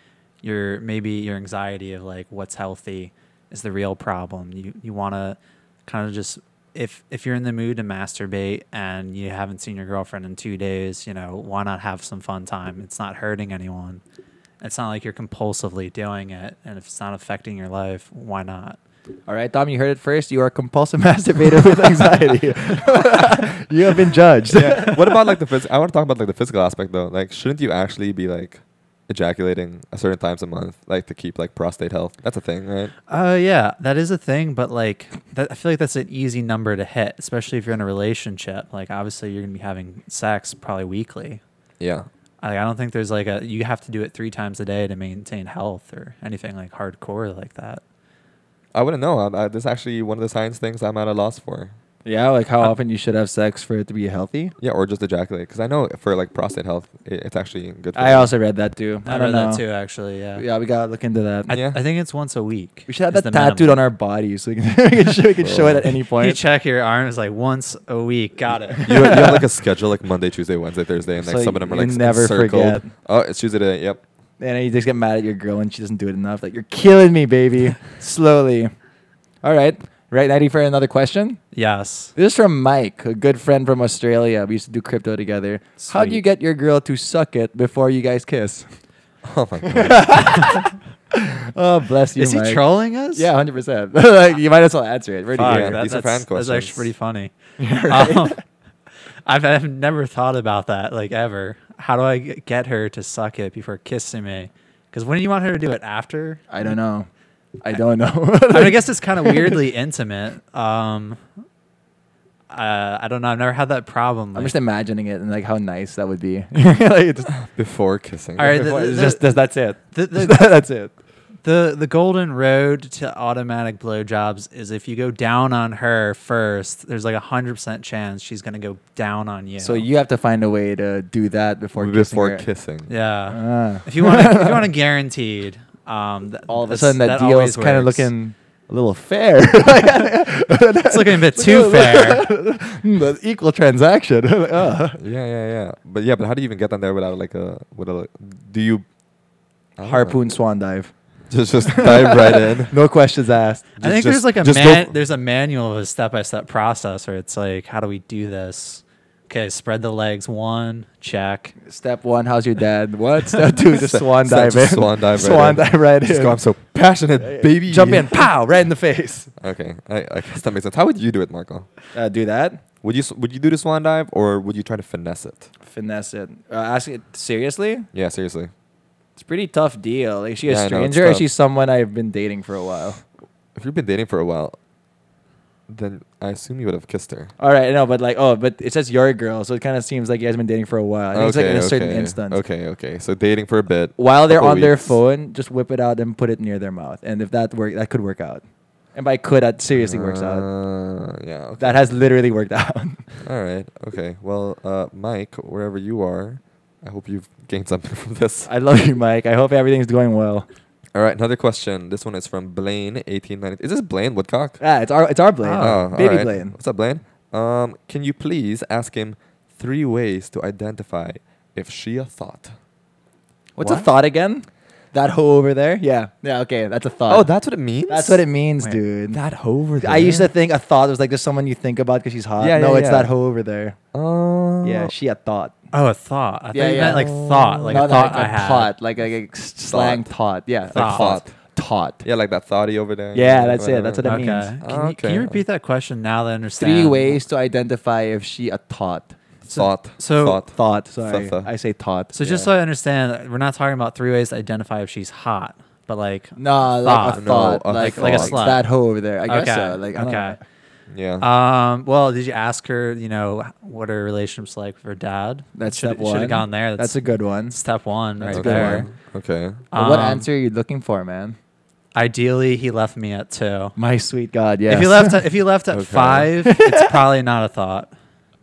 Speaker 3: your maybe your anxiety of like what's healthy is the real problem. You you want to kind of just if if you're in the mood to masturbate and you haven't seen your girlfriend in two days, you know why not have some fun time? It's not hurting anyone. It's not like you're compulsively doing it, and if it's not affecting your life, why not?
Speaker 2: all right, Tom, you heard it first. You are a compulsive
Speaker 1: *laughs*
Speaker 2: *laughs* masturbator with anxiety. *laughs* you have been judged.
Speaker 1: yeah. What about like the phys- I want to talk about like the physical aspect though. Like, shouldn't you actually be like ejaculating a certain times a month, like to keep like prostate health? That's a thing, right?
Speaker 3: Uh, yeah, that is a thing, but like, that, I feel like that's an easy number to hit, especially if you're in a relationship. Like, obviously, you're gonna be having sex probably weekly.
Speaker 1: Yeah.
Speaker 3: I, I don't think there's like a you have to do it three times a day to maintain health or anything like hardcore like that.
Speaker 1: I wouldn't know. I, I, this is actually one of the science things I'm at a loss for.
Speaker 2: *laughs* Yeah, like how
Speaker 3: Uh,
Speaker 2: often you should have sex for it to be healthy.
Speaker 1: Yeah, or just ejaculate. Because I know for like prostate health, it, it's actually good. For
Speaker 2: I
Speaker 1: you.
Speaker 2: also read that too.
Speaker 3: I,
Speaker 2: I,
Speaker 3: read
Speaker 2: don't know.
Speaker 3: that too, actually. Yeah.
Speaker 2: Yeah, we gotta look into that.
Speaker 3: I,
Speaker 1: Yeah.
Speaker 3: I think it's once a week.
Speaker 2: we should have
Speaker 3: is
Speaker 2: that
Speaker 3: the minimum.
Speaker 2: tattooed on our bodies so we can, *laughs* we can, show, we can show it
Speaker 3: *laughs*
Speaker 2: at any
Speaker 3: You
Speaker 2: point.
Speaker 3: check your arm. It's like once a week.
Speaker 2: *laughs*
Speaker 3: Got it.
Speaker 1: *laughs* you, you have
Speaker 3: *laughs*
Speaker 1: like a schedule like Monday, Tuesday, Wednesday, Thursday, and like
Speaker 2: So
Speaker 1: some of them are
Speaker 2: you
Speaker 1: like
Speaker 2: never
Speaker 1: circled.
Speaker 2: forget.
Speaker 1: Oh, it's Tuesday today. Yep.
Speaker 2: And then you just get mad at your girl and she doesn't do it enough. Like you're killing me,
Speaker 3: *laughs*
Speaker 2: baby. Slowly. All right, right, ready for another question?
Speaker 3: Yes.
Speaker 2: This is from Mike, a good friend from Australia. We used to do crypto together. How do you
Speaker 3: Sweet.
Speaker 2: get your girl to suck it before you guys
Speaker 3: *laughs*
Speaker 2: kiss?
Speaker 1: Oh
Speaker 2: *laughs*
Speaker 1: my god.
Speaker 2: Oh, bless you,
Speaker 3: Is he
Speaker 2: Mike.
Speaker 3: trolling us?
Speaker 2: Yeah, hundred percent. *laughs* Like you might as well answer it. Really,
Speaker 3: Fuck,
Speaker 1: Yeah,
Speaker 2: good.
Speaker 3: that-
Speaker 1: these are
Speaker 3: that's,
Speaker 1: fan
Speaker 3: that's
Speaker 1: questions.
Speaker 3: actually
Speaker 2: *laughs*
Speaker 3: pretty funny.
Speaker 2: right?
Speaker 3: *laughs* Um, I've, I've never thought about that like ever. How do I g- get her to suck it before kissing me? Because when do you want her to do it after?
Speaker 2: I don't know. I don't know.
Speaker 3: I, mean,
Speaker 2: *laughs*
Speaker 3: I guess it's kind of weirdly *laughs* intimate. Um, uh, I don't know. I've never had that problem.
Speaker 2: I'm
Speaker 3: like-
Speaker 2: just imagining it and like how nice that
Speaker 1: *laughs*
Speaker 2: would be. *laughs* like it's just,
Speaker 1: Before kissing.
Speaker 3: All right, the-
Speaker 2: it's
Speaker 3: the-
Speaker 2: just that's, that's it.
Speaker 3: the- the-
Speaker 2: *laughs* that's it.
Speaker 3: The the golden road to automatic blowjobs is if you go down on her first, there's like a hundred percent chance she's gonna go down on you.
Speaker 2: So you have to find a way to do that before
Speaker 1: before kissing.
Speaker 2: kissing her.
Speaker 3: yeah.
Speaker 1: *laughs*
Speaker 2: Ah.
Speaker 3: If you want, if you want a guaranteed, um, th-
Speaker 2: all of a
Speaker 3: that's-
Speaker 2: sudden that, deal
Speaker 3: always
Speaker 2: is kind of
Speaker 3: works.
Speaker 2: looking a little fair. *laughs*
Speaker 3: It's looking a bit
Speaker 2: Look
Speaker 3: too
Speaker 2: at-
Speaker 3: fair.
Speaker 2: Hmm, that's equal transaction. *laughs* Uh.
Speaker 1: Yeah, yeah, yeah. But yeah, but how do you even get on there without like a with a do you I don't know.
Speaker 2: Harpoon swan dive.
Speaker 1: Ah. *laughs* Just just dive right *laughs* in.
Speaker 2: No questions asked.
Speaker 3: I
Speaker 1: Just-
Speaker 3: think
Speaker 1: just-
Speaker 3: there's like a
Speaker 1: just go
Speaker 3: man,
Speaker 1: f-
Speaker 3: there's a manual of a step by step process where it's like, how do we do this? Okay, spread the legs. One check.
Speaker 2: Step one, how's your dad?
Speaker 1: *laughs*
Speaker 2: What? Step two, just
Speaker 1: Step-
Speaker 2: swan
Speaker 1: step-
Speaker 2: dive in.
Speaker 1: just swan dive right
Speaker 2: Swan
Speaker 1: in.
Speaker 2: dive right in.
Speaker 1: Just go, I'm so passionate, baby.
Speaker 2: Jump in, pow, right in the
Speaker 1: *laughs*
Speaker 2: face.
Speaker 1: Okay, I, I guess that makes sense. How would you do it, Marco?
Speaker 2: Uh, do that.
Speaker 1: Would you s- would you do the swan dive or would you try to finesse it?
Speaker 2: Finesse it. Uh, ask it seriously.
Speaker 1: Yeah, seriously.
Speaker 2: It's a pretty tough deal. Like, is she a
Speaker 1: Yeah, I know, it's
Speaker 2: stranger or is
Speaker 1: tough.
Speaker 2: she someone I've been dating for a while?
Speaker 1: If you've been dating for a while, then I assume you would have kissed her.
Speaker 2: All right, no, but like, oh, but it says your girl, so it kind of seems like you guys have been dating for a while. I think it's Uh, like in a certain
Speaker 1: okay,
Speaker 2: instance.
Speaker 1: Okay, okay. So dating for a bit.
Speaker 2: While they're
Speaker 1: couple
Speaker 2: on their
Speaker 1: weeks.
Speaker 2: phone, just whip it out and put it near their mouth, and if that work, that could work out. And by could, that seriously works out.
Speaker 1: Uh, Yeah. Okay.
Speaker 2: That has literally worked *laughs* out.
Speaker 1: All right. Okay. Well, uh, Mike, wherever you are, I hope you've gained something *laughs* from this.
Speaker 2: I love you, Mike. I hope everything's going well.
Speaker 1: All right. Another question. This one is from Blaine, eighteen ninety. Is this Blaine Woodcock?
Speaker 2: Ah, it's our it's our Blaine,
Speaker 1: Oh, all
Speaker 2: baby
Speaker 1: right.
Speaker 2: Blaine.
Speaker 1: What's up, Blaine? Um, can you please ask him three ways to identify if she a thought?
Speaker 2: What's a
Speaker 1: What?
Speaker 2: thought again? That hoe over there? Yeah, yeah. Okay, that's a thought.
Speaker 1: oh, that's what it means.
Speaker 2: Uh, that's what it means,
Speaker 3: Wait,
Speaker 1: *laughs*
Speaker 2: dude.
Speaker 1: That over there.
Speaker 2: I used to think a thought was like just someone you think about because she's hot.
Speaker 1: Yeah,
Speaker 2: no,
Speaker 1: yeah,
Speaker 2: it's
Speaker 1: yeah.
Speaker 2: that hoe over there.
Speaker 1: Oh.
Speaker 2: Yeah, she a thought.
Speaker 3: Oh, a thought. I
Speaker 2: Yeah,
Speaker 3: thought you
Speaker 2: yeah.
Speaker 3: meant like thought, like a
Speaker 2: Not
Speaker 3: thought
Speaker 2: like
Speaker 3: Oh, I had.
Speaker 2: Tot, like a like, slang tot. Yeah,
Speaker 1: Like
Speaker 3: Thought.
Speaker 1: thought.
Speaker 2: tot.
Speaker 1: Yeah, like that thoughty over there.
Speaker 2: Yeah, that's it, that's what I
Speaker 3: Okay.
Speaker 2: mean.
Speaker 3: Can, You, can
Speaker 1: Okay.
Speaker 3: you repeat that question now that I understand?
Speaker 2: Three ways to identify if she a tot.
Speaker 1: Thought.
Speaker 3: so-
Speaker 1: thought.
Speaker 2: Thought. Sorry,
Speaker 1: Thought.
Speaker 2: I say tot.
Speaker 3: So just so I understand, we're not talking about three ways to identify if she's hot, but like
Speaker 2: no, like a
Speaker 3: Thought.
Speaker 1: No,
Speaker 2: thought,
Speaker 1: a
Speaker 2: like
Speaker 3: Like a
Speaker 2: it's
Speaker 3: slut.
Speaker 2: that hoe over there. I guess
Speaker 3: okay,
Speaker 2: so. Like I don't know.
Speaker 3: okay.
Speaker 1: Yeah.
Speaker 3: *laughs* Um, well, did you ask her? You know, what her relationships like with her dad?
Speaker 2: That's
Speaker 3: should,
Speaker 2: step one.
Speaker 3: have gone there.
Speaker 2: That's
Speaker 3: That's,
Speaker 2: a good one.
Speaker 3: step one
Speaker 2: that's
Speaker 3: right
Speaker 2: a good
Speaker 3: there.
Speaker 2: one.
Speaker 1: Okay.
Speaker 2: But what
Speaker 3: Um,
Speaker 2: answer are you looking for, man?
Speaker 3: Ideally, he left me at two.
Speaker 2: My sweet God, yes.
Speaker 3: If he *laughs* left, if he left
Speaker 2: *laughs*
Speaker 3: at
Speaker 1: Okay.
Speaker 3: five, it's probably not a thought.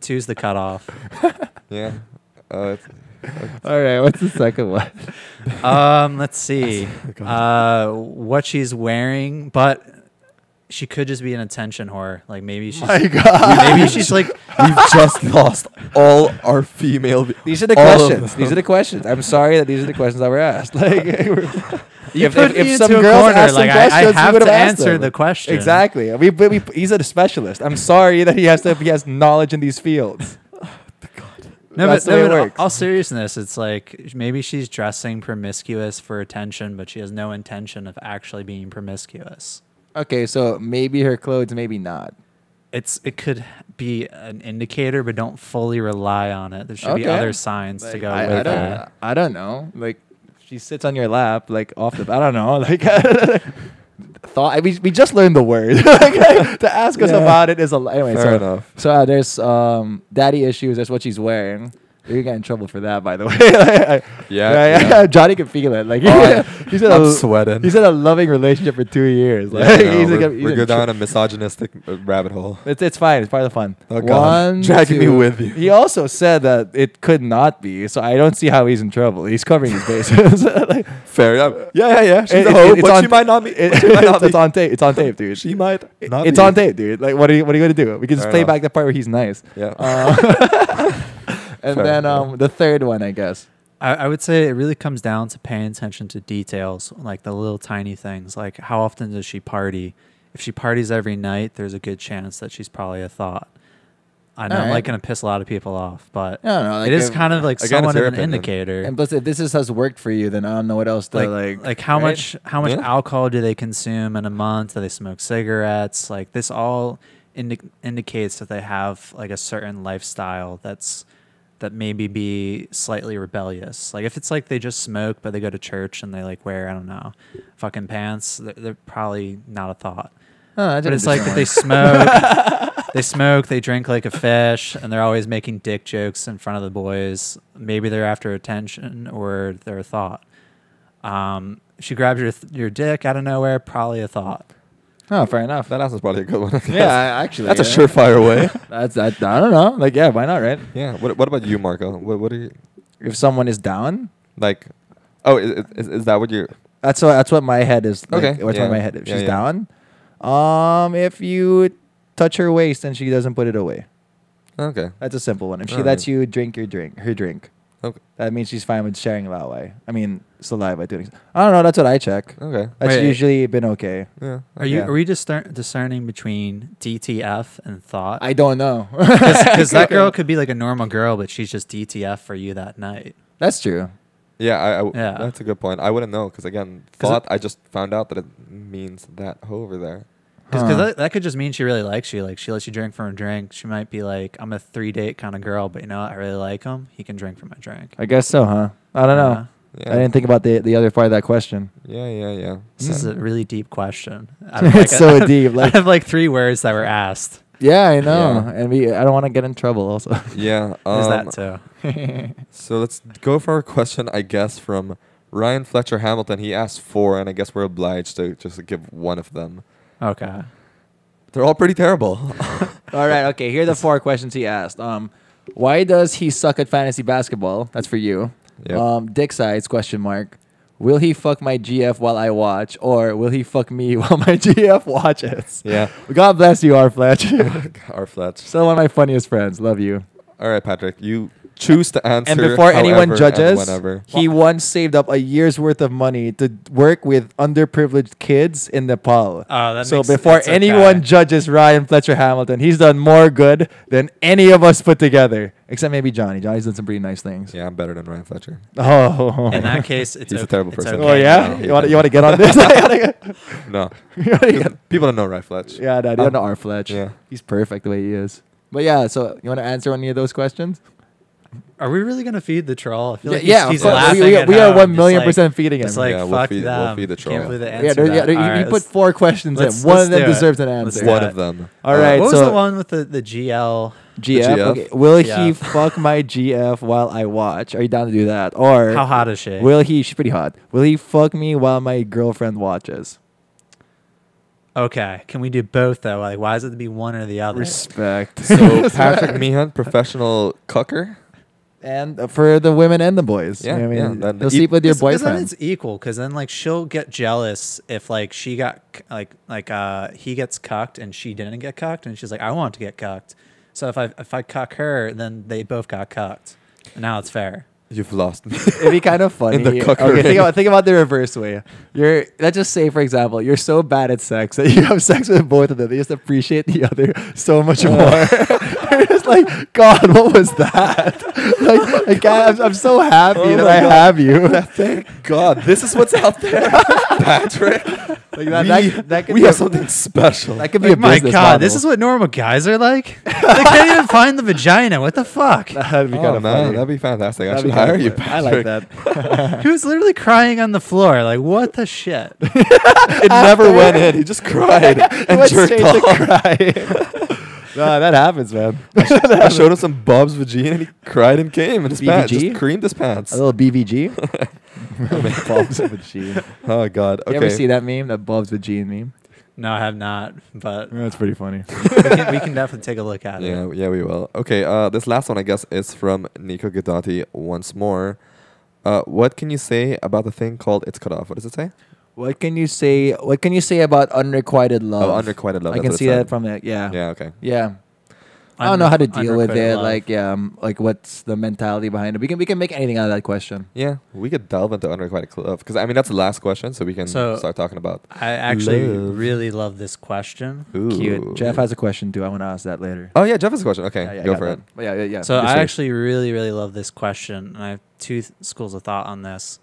Speaker 3: Two's the cutoff.
Speaker 1: Yeah. Uh,
Speaker 2: *laughs* All right,
Speaker 1: *laughs*
Speaker 2: what's the second one? *laughs*
Speaker 3: Um, let's see. Uh, what she's wearing, but she could just be an attention whore. Like
Speaker 2: *laughs*
Speaker 3: maybe she's maybe she's like
Speaker 1: we've just lost all our female. vi-
Speaker 2: These are the
Speaker 1: all of
Speaker 2: questions.
Speaker 1: them.
Speaker 2: These are the questions. I'm sorry that these are the questions that were asked. *laughs* Like,
Speaker 3: *laughs* you
Speaker 2: if,
Speaker 3: put
Speaker 2: if, if
Speaker 3: me
Speaker 2: some
Speaker 3: into a
Speaker 2: girls
Speaker 3: corner.
Speaker 2: asked some
Speaker 3: Like I, I
Speaker 2: questions, we
Speaker 3: have
Speaker 2: would
Speaker 3: to
Speaker 2: have asked
Speaker 3: answer
Speaker 2: them.
Speaker 3: the question
Speaker 2: Exactly. We, but we, he's a specialist. I'm sorry that he has to. He has knowledge in these fields.
Speaker 3: *laughs* No,
Speaker 2: That's
Speaker 3: but,
Speaker 2: the
Speaker 3: no,
Speaker 2: way it
Speaker 3: but all-
Speaker 2: works.
Speaker 3: all seriousness, it's like maybe she's dressing promiscuous for attention, but she has no intention of actually being promiscuous.
Speaker 2: Okay, so maybe her clothes, maybe not.
Speaker 3: It's it could be an indicator, but don't fully rely on it. There should be
Speaker 2: Okay.
Speaker 3: other signs to
Speaker 2: Like,
Speaker 3: go
Speaker 2: I,
Speaker 3: with
Speaker 2: I don't.
Speaker 3: that.
Speaker 2: I don't know. Like she sits on your lap, like off the. I don't know. *laughs* Like thought. I, we we just learned the word. *laughs* Like, to ask us
Speaker 1: Yeah.
Speaker 2: about it is a. Anyway,
Speaker 1: Fair
Speaker 2: so,
Speaker 1: enough.
Speaker 2: So uh, there's um daddy issues. That's what she's wearing. You're getting in trouble for that, by
Speaker 1: *laughs*
Speaker 2: the *laughs* way. yeah,
Speaker 1: yeah.
Speaker 2: *laughs* Johnny can feel it. Like
Speaker 1: Oh,
Speaker 2: he's in
Speaker 1: I'm
Speaker 2: a
Speaker 1: sweating.
Speaker 2: He's in a loving relationship for two *laughs* years. Like
Speaker 1: Yeah, no,
Speaker 2: he's
Speaker 1: we're
Speaker 2: like, he's
Speaker 1: we're
Speaker 2: in
Speaker 1: go
Speaker 2: tr-
Speaker 1: down a misogynistic uh, rabbit hole.
Speaker 2: It's it's fine. It's part of the fun.
Speaker 1: Oh, God.
Speaker 2: One,
Speaker 1: Dragging me
Speaker 2: two-
Speaker 1: with you.
Speaker 2: He also said that it could not be, so I don't see how he's in trouble. He's covering his bases. *laughs* Like,
Speaker 1: Fair enough. *laughs* Yeah, yeah, yeah. She's
Speaker 2: it-
Speaker 1: a
Speaker 2: it-
Speaker 1: hoe,
Speaker 2: it's
Speaker 1: but
Speaker 2: on-
Speaker 1: she might not be. *laughs*
Speaker 2: it-
Speaker 1: she might not
Speaker 2: *laughs* it's,
Speaker 1: be.
Speaker 2: it's on tape. It's on tape, dude.
Speaker 1: She might. Not
Speaker 2: it's
Speaker 1: be.
Speaker 2: on tape, dude. Like, what are you what are you gonna do? We can just
Speaker 1: Fair
Speaker 2: play
Speaker 1: enough.
Speaker 2: back the part where he's nice.
Speaker 1: Yeah.
Speaker 2: Uh,
Speaker 1: *laughs*
Speaker 2: *laughs* and
Speaker 1: Fair
Speaker 2: then
Speaker 1: enough.
Speaker 2: um, the third one, I guess.
Speaker 3: I, I would say it really comes down to paying attention to details, like the little tiny things, like how often does she party? If she parties every night, there's a good chance that she's probably a thought. I know I'm
Speaker 2: Alright.
Speaker 3: like gonna piss a lot of people off, but
Speaker 2: I don't know. Like
Speaker 3: it is
Speaker 2: if-
Speaker 3: kind of like
Speaker 1: Again, it's
Speaker 3: somewhat of
Speaker 1: your
Speaker 3: an
Speaker 1: opinion.
Speaker 3: indicator.
Speaker 2: And plus, if this is, has worked for you, then I don't know what else to
Speaker 3: like,
Speaker 2: like.
Speaker 3: like, how
Speaker 2: right?
Speaker 3: much how much
Speaker 1: Yeah.
Speaker 3: alcohol do they consume in a month? Do they smoke cigarettes? Like this all indi- indicates that they have like a certain lifestyle that's that maybe be slightly rebellious. Like if it's like they just smoke but they go to church and they like wear I don't know fucking pants, they're, they're probably not a thought.
Speaker 2: No, Oh, I did
Speaker 3: But
Speaker 2: a
Speaker 3: it's like
Speaker 2: different
Speaker 3: that they smoke,
Speaker 2: *laughs*
Speaker 3: they smoke, they drink like a fish, and they're always making dick jokes in front of the boys. Maybe they're after attention or they're a thought. Um, she grabs your th- your dick out of nowhere, probably a thought.
Speaker 2: one. Oh, fair enough.
Speaker 1: That last one's probably a good one. I guess.
Speaker 2: *laughs*
Speaker 1: *laughs*
Speaker 2: yeah, I- actually,
Speaker 1: That's a
Speaker 2: yeah.
Speaker 1: surefire
Speaker 2: *laughs*
Speaker 1: way.
Speaker 2: That's that. I don't know. Like, yeah, why not, right?
Speaker 1: yeah. What, what about you, Marco? What, what are you
Speaker 2: If someone is down,
Speaker 1: like? Oh, is, is, is that what you're?
Speaker 2: that's what that's what my head is. Like,
Speaker 1: Okay,
Speaker 2: What's
Speaker 1: yeah.
Speaker 2: on my head? If
Speaker 1: Yeah,
Speaker 2: she's
Speaker 1: yeah.
Speaker 2: down, um, if you touch her waist and she doesn't put it away,
Speaker 1: Okay.
Speaker 2: that's a simple one. If she
Speaker 1: Alright.
Speaker 2: lets you drink your drink, her drink,
Speaker 1: Okay.
Speaker 2: that means she's fine with sharing that way. I mean, saliva. To an extent. I don't know. That's what I check.
Speaker 1: Okay.
Speaker 2: That's
Speaker 3: Wait.
Speaker 2: usually been okay.
Speaker 1: Yeah.
Speaker 3: Are you
Speaker 2: Yeah.
Speaker 3: are we discer- discerning between DTF and thought? *laughs*
Speaker 2: I don't know. *laughs*
Speaker 3: because that girl could be like a normal girl, but she's just DTF for you that night.
Speaker 2: That's true.
Speaker 1: Yeah, I, I w-
Speaker 3: Yeah.
Speaker 1: that's a good point. I wouldn't know because again,
Speaker 3: 'Cause it-
Speaker 1: thought I just found out that it means that hoe over there.
Speaker 3: Because
Speaker 2: Huh.
Speaker 3: that, that could just mean she really likes you. Like she lets you drink from her drink. She might be like, I'm a three date kind of girl, but you know what? I really like him. He can drink from my drink.
Speaker 2: I guess so, huh? I don't know.
Speaker 3: Yeah.
Speaker 1: Yeah.
Speaker 2: I didn't think about the the other part of that question.
Speaker 1: Yeah, yeah, yeah.
Speaker 3: This is a really
Speaker 2: *laughs*
Speaker 3: deep question.
Speaker 2: It's so deep,
Speaker 3: Like,
Speaker 2: like-
Speaker 3: I have like three words that were asked.
Speaker 2: Yeah, I know.
Speaker 1: Yeah.
Speaker 2: And we I don't want to get in trouble also. *laughs*
Speaker 1: Yeah.
Speaker 3: There's
Speaker 1: Um,
Speaker 3: that too.
Speaker 1: so let's go for a question, I guess, from Ryan Fletcher Hamilton. He asked four, and I guess we're obliged to just give one of them.
Speaker 3: Okay.
Speaker 1: They're all pretty terrible. *laughs*
Speaker 2: All right, okay. Here are the four questions he asked. Um why does he suck at fantasy basketball? That's for you.
Speaker 1: Yep.
Speaker 2: Um dick size question mark. Will he fuck my GF while I watch or will he fuck me *laughs* while my GF watches? *laughs*
Speaker 1: yeah. *laughs*
Speaker 2: God bless you, R Fletch. *laughs*
Speaker 1: Our Fletch.
Speaker 2: Still one of my funniest friends. Love you.
Speaker 1: All right, Patrick, you choose to answer.
Speaker 2: And before
Speaker 1: however
Speaker 2: anyone
Speaker 1: and
Speaker 2: judges,
Speaker 1: whenever.
Speaker 2: he once saved up a year's worth of money to work with underprivileged kids in Nepal.
Speaker 1: Uh,
Speaker 3: Oh, that
Speaker 2: so
Speaker 3: makes-
Speaker 2: before
Speaker 3: that's okay.
Speaker 2: anyone judges Ryan Fletcher Hamilton, he's done more good than any of us put together, except maybe Johnny. Johnny's done some pretty nice things.
Speaker 1: yeah, I'm better than Ryan Fletcher.
Speaker 2: Oh. *laughs*
Speaker 3: In that case, it's
Speaker 1: He's a
Speaker 3: okay-
Speaker 1: terrible
Speaker 3: it's
Speaker 1: person.
Speaker 3: okay
Speaker 2: oh yeah,
Speaker 3: now.
Speaker 2: you want you want to get on this? *laughs*
Speaker 1: No,
Speaker 2: You wanna get-
Speaker 1: people don't know Ryan Fletch.
Speaker 2: yeah, no, you don't know R. Fletch.
Speaker 1: yeah.
Speaker 2: he's perfect the way he is. But yeah, so you want to answer any of those questions?
Speaker 3: Are we really gonna feed the troll? I feel like
Speaker 2: yeah,
Speaker 3: he's, he's
Speaker 2: of course.
Speaker 3: laughing.
Speaker 2: We, we,
Speaker 3: at
Speaker 2: we are
Speaker 3: home,
Speaker 2: one
Speaker 3: just
Speaker 2: million
Speaker 3: like-
Speaker 2: percent feeding him.
Speaker 3: It's like
Speaker 1: Yeah, we'll
Speaker 3: fuck
Speaker 1: feed- we'll
Speaker 3: them.
Speaker 1: feed the troll.
Speaker 3: Can't believe they
Speaker 2: Yeah,
Speaker 3: answered
Speaker 2: there, yeah
Speaker 3: that.
Speaker 2: there,
Speaker 3: All
Speaker 2: you,
Speaker 3: right,
Speaker 2: you put
Speaker 3: let's-
Speaker 2: four questions
Speaker 3: let's-
Speaker 2: in. One
Speaker 3: let's
Speaker 2: of them
Speaker 3: do it.
Speaker 2: deserves an
Speaker 3: Let's
Speaker 2: answer.
Speaker 3: do
Speaker 1: One
Speaker 3: it.
Speaker 1: of them.
Speaker 2: All
Speaker 1: Uh,
Speaker 2: right,
Speaker 3: What was
Speaker 2: so
Speaker 3: the one with the, the GL?
Speaker 2: GF.
Speaker 1: GF.
Speaker 2: Okay. Will he
Speaker 3: Yeah.
Speaker 2: fuck my GF while I watch? Are you down to do that? Or
Speaker 3: How hot is she?
Speaker 2: will he? She's pretty hot. Will he fuck me while my girlfriend watches?
Speaker 3: okay, can we do both though? Like, why is it to be one or the other?
Speaker 2: Respect. *laughs*
Speaker 1: So Patrick Meehan, professional cucker.
Speaker 2: and uh, for the women and the boys.
Speaker 1: Yeah,
Speaker 2: You know what
Speaker 1: yeah,
Speaker 2: I mean,
Speaker 1: that-
Speaker 2: he'll
Speaker 1: that-
Speaker 2: sleep with your
Speaker 3: Cause- 'cause then
Speaker 2: boyfriend.
Speaker 3: it's equal because then like she'll get jealous if like she got c- like like uh he gets cucked and she didn't get cucked and she's like I want to get cucked. So if I if I cuck her, then they both got cucked. Now it's fair.
Speaker 1: You've lost me.
Speaker 2: It'd be kind of
Speaker 1: *laughs*
Speaker 2: funny.
Speaker 1: In the cucker
Speaker 2: okay, think
Speaker 1: ring.
Speaker 2: about, think about the reverse way. You're let's just say, for example, you're so bad at sex that you have sex with both of them. You just appreciate the other so much more. *laughs* you're just like, God, what was that? *laughs* like, I can't, I'm, I'm so happy
Speaker 1: Oh
Speaker 2: that
Speaker 1: my
Speaker 2: I
Speaker 1: God.
Speaker 2: have you.
Speaker 1: *laughs* Thank God, this is what's out
Speaker 2: *laughs*
Speaker 1: there, Patrick.
Speaker 2: Like that-
Speaker 1: we
Speaker 2: that- that could
Speaker 1: we
Speaker 2: be
Speaker 1: have
Speaker 2: a-
Speaker 1: something special. Oh
Speaker 2: That could be
Speaker 3: Like,
Speaker 2: a
Speaker 3: my
Speaker 2: business
Speaker 3: God, this is
Speaker 2: model.
Speaker 3: what normal guys are like. *laughs* they can't even find the vagina. What
Speaker 2: *laughs*
Speaker 3: the
Speaker 2: *laughs*
Speaker 3: fuck?
Speaker 2: That'd be
Speaker 1: oh,
Speaker 2: kind of
Speaker 1: man,
Speaker 2: funny.
Speaker 1: that'd be fantastic. I
Speaker 2: That'd
Speaker 1: should
Speaker 2: be kinda
Speaker 1: hire you,
Speaker 2: funny.
Speaker 1: Patrick.
Speaker 2: I like
Speaker 1: *laughs*
Speaker 2: that.
Speaker 3: Who's literally crying on the floor? Like what the shit?
Speaker 2: *laughs*
Speaker 1: It never went in. He just cried
Speaker 2: He
Speaker 1: and
Speaker 2: went
Speaker 1: jerked *laughs*
Speaker 2: straight to
Speaker 1: off.
Speaker 2: crying. no, that happens, man.
Speaker 1: I showed him some Bob's vagina and he cried and came and his pants
Speaker 2: BVG?
Speaker 1: just creamed his pants.
Speaker 2: A
Speaker 1: *laughs*
Speaker 2: little BVG. Bob's with G.
Speaker 1: Oh God.
Speaker 2: You
Speaker 1: Okay.
Speaker 2: ever see that meme? That Bob's with G meme?
Speaker 3: No, I have not,
Speaker 2: *laughs*
Speaker 3: but we
Speaker 2: That's pretty funny.
Speaker 3: can, we can definitely take a look at it.
Speaker 1: Yeah, yeah, we will. Okay, uh, this last one I guess is from Nico Guidotti once more. Uh, what can you say about the thing called "It's Cut Off"? What does it say?
Speaker 2: What can you say? What can you say about unrequited love?
Speaker 1: Oh, unrequited love.
Speaker 2: I
Speaker 1: that's
Speaker 2: can
Speaker 1: what it
Speaker 2: see
Speaker 1: said.
Speaker 2: that from it. Yeah. yeah.
Speaker 1: Yeah. Okay.
Speaker 2: I don't know how to
Speaker 3: Unre-
Speaker 2: deal with
Speaker 3: unrequited
Speaker 2: it.
Speaker 3: love.
Speaker 2: Like, yeah, um, like what's the mentality behind it? We can we can make anything out of that question.
Speaker 1: Yeah, we could delve into unrequited love because uh, I mean that's the last question, so we can
Speaker 3: So-
Speaker 1: start talking about.
Speaker 3: I actually
Speaker 1: Love.
Speaker 3: really love this question.
Speaker 1: Ooh.
Speaker 2: Cute. Jeff has a question too. I want to ask that later.
Speaker 1: Oh yeah, Jeff has a question. Okay,
Speaker 2: yeah, yeah, I
Speaker 1: go
Speaker 2: got
Speaker 1: for
Speaker 2: that. But Yeah, yeah, yeah.
Speaker 3: So
Speaker 1: Yes,
Speaker 3: I
Speaker 1: sir.
Speaker 3: actually really, really love this question, and I have two th- schools of thought on this.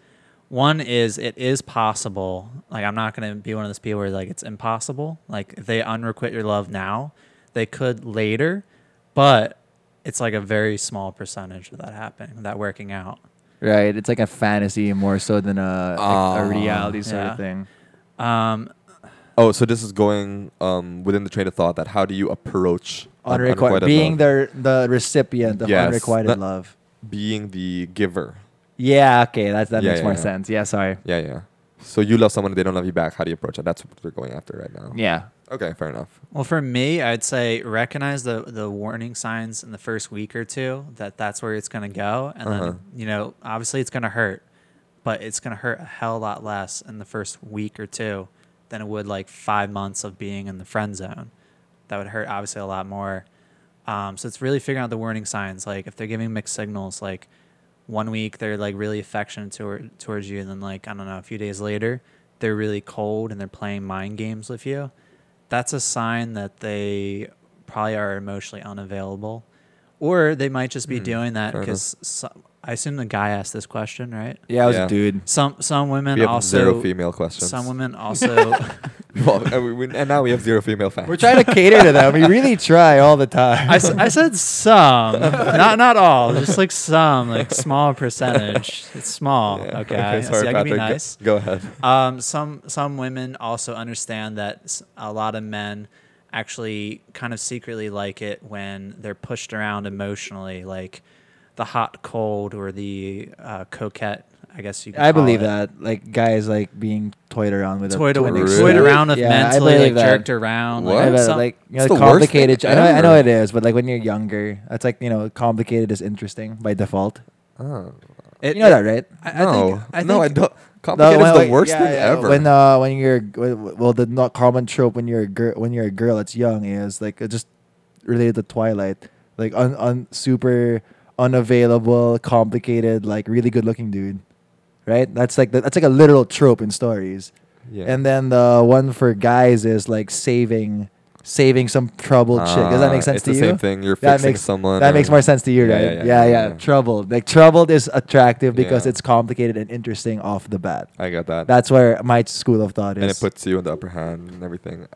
Speaker 3: One is it is possible. Like I'm not gonna be one of those people where like it's impossible. Like if they unrequit your love now, they could later, but it's like a very small percentage of that happening, of that working out.
Speaker 2: right, it's like a fantasy more so than a like
Speaker 1: Ah.
Speaker 2: a reality sort
Speaker 3: Yeah.
Speaker 2: of thing.
Speaker 3: Um,
Speaker 1: it. Oh, so this is going um, within the train of thought that how do you approach un-
Speaker 2: Unrequited, being
Speaker 1: love?
Speaker 2: the the recipient of
Speaker 1: Yes,
Speaker 2: unrequited
Speaker 1: that-
Speaker 2: love.
Speaker 1: being the giver.
Speaker 2: Yeah, okay, that's that
Speaker 1: Yeah,
Speaker 2: makes
Speaker 1: yeah,
Speaker 2: more
Speaker 1: yeah.
Speaker 2: sense. Yeah, sorry.
Speaker 1: Yeah, yeah. So you love someone and they don't love you back. How do you approach it? That's what we're going after right now.
Speaker 2: Yeah,
Speaker 1: Okay, fair enough.
Speaker 3: Well, for me, I'd say recognize the the warning signs in the first week or two that that's where it's going to go, and
Speaker 1: Uh-huh.
Speaker 3: then you know, obviously, it's going to hurt, but it's going to hurt a hell of a lot less in the first week or two than it would like five months of being in the friend zone. That would hurt obviously a lot more. Um, so it's really figuring out the warning signs, like if they're giving mixed signals, like one week they're like really affectionate toward, towards you, and then like I don't know, a few days later they're really cold and they're playing mind games with you that's a sign that they probably are emotionally unavailable, or they might just be
Speaker 1: Hmm,
Speaker 3: doing that
Speaker 1: fair enough.
Speaker 3: because I assume the guy asked this question, right?
Speaker 2: yeah, I was
Speaker 1: Yeah.
Speaker 2: a *laughs* dude.
Speaker 3: Some some women
Speaker 1: we have
Speaker 3: also
Speaker 1: zero female questions.
Speaker 3: some women also
Speaker 1: *laughs*
Speaker 3: *laughs*
Speaker 1: Well, and, we- we- and now we have zero female fans.
Speaker 2: We're trying to cater to them. We really try all the time.
Speaker 3: I, s- I said some, not not all, just like some, like small percentage. It's small.
Speaker 1: *laughs* Yeah.
Speaker 3: Okay, sorry, I can be nice.
Speaker 1: Go, go ahead.
Speaker 3: Um, some some women also understand that s- a lot of men actually kind of secretly like it when they're pushed around emotionally, like the hot cold or the uh, coquette. I guess you. Could
Speaker 2: I
Speaker 3: call
Speaker 2: believe
Speaker 3: it.
Speaker 2: that like guys like being Oh, toyed around with,
Speaker 3: Toyed,
Speaker 2: to
Speaker 3: around,
Speaker 2: an
Speaker 1: Really?
Speaker 2: extent.
Speaker 3: toyed around with
Speaker 2: Yeah,
Speaker 3: mentally,
Speaker 2: I
Speaker 3: like
Speaker 2: believe that.
Speaker 3: jerked around.
Speaker 1: What?
Speaker 2: I
Speaker 3: Like,
Speaker 2: bet,
Speaker 3: some-
Speaker 2: like you
Speaker 1: It's
Speaker 2: know,
Speaker 1: the worst
Speaker 2: complicated.
Speaker 1: thing
Speaker 2: I know, I know it
Speaker 1: ever.
Speaker 2: is, but like when you're younger, it's like you know, complicated is interesting by default.
Speaker 1: Oh.
Speaker 3: it-
Speaker 2: You know that, right?
Speaker 3: I, I
Speaker 1: no,
Speaker 3: think, I
Speaker 1: no, I
Speaker 3: think-
Speaker 1: don't. Complicated
Speaker 2: No,
Speaker 1: is
Speaker 2: when-
Speaker 1: the
Speaker 2: when-
Speaker 1: worst
Speaker 2: yeah,
Speaker 1: thing
Speaker 2: yeah,
Speaker 1: ever.
Speaker 2: When uh, when you're when- well, the not common trope when you're a girl when you're a girl that's young is like uh, just related to Twilight, like un, un super unavailable, complicated, like really good looking dude, right? That's like the, that's like a literal trope in stories.
Speaker 1: yeah.
Speaker 2: And then the one for guys is like saving saving some troubled chick. Does that
Speaker 1: Ah,
Speaker 2: make sense
Speaker 1: it's
Speaker 2: to
Speaker 1: the
Speaker 2: you?
Speaker 1: same thing. You're
Speaker 2: That
Speaker 1: fixing
Speaker 2: makes-
Speaker 1: someone.
Speaker 2: That makes
Speaker 1: or-
Speaker 2: more sense to you,
Speaker 1: Yeah,
Speaker 2: right?
Speaker 1: yeah,
Speaker 2: Yeah,
Speaker 1: yeah,
Speaker 2: yeah.
Speaker 1: yeah, yeah.
Speaker 2: Troubled. Like troubled is attractive because
Speaker 1: Yeah.
Speaker 2: it's complicated and interesting off the bat.
Speaker 1: I got that.
Speaker 2: That's where my school of thought is.
Speaker 1: and it puts you in the upper hand and everything.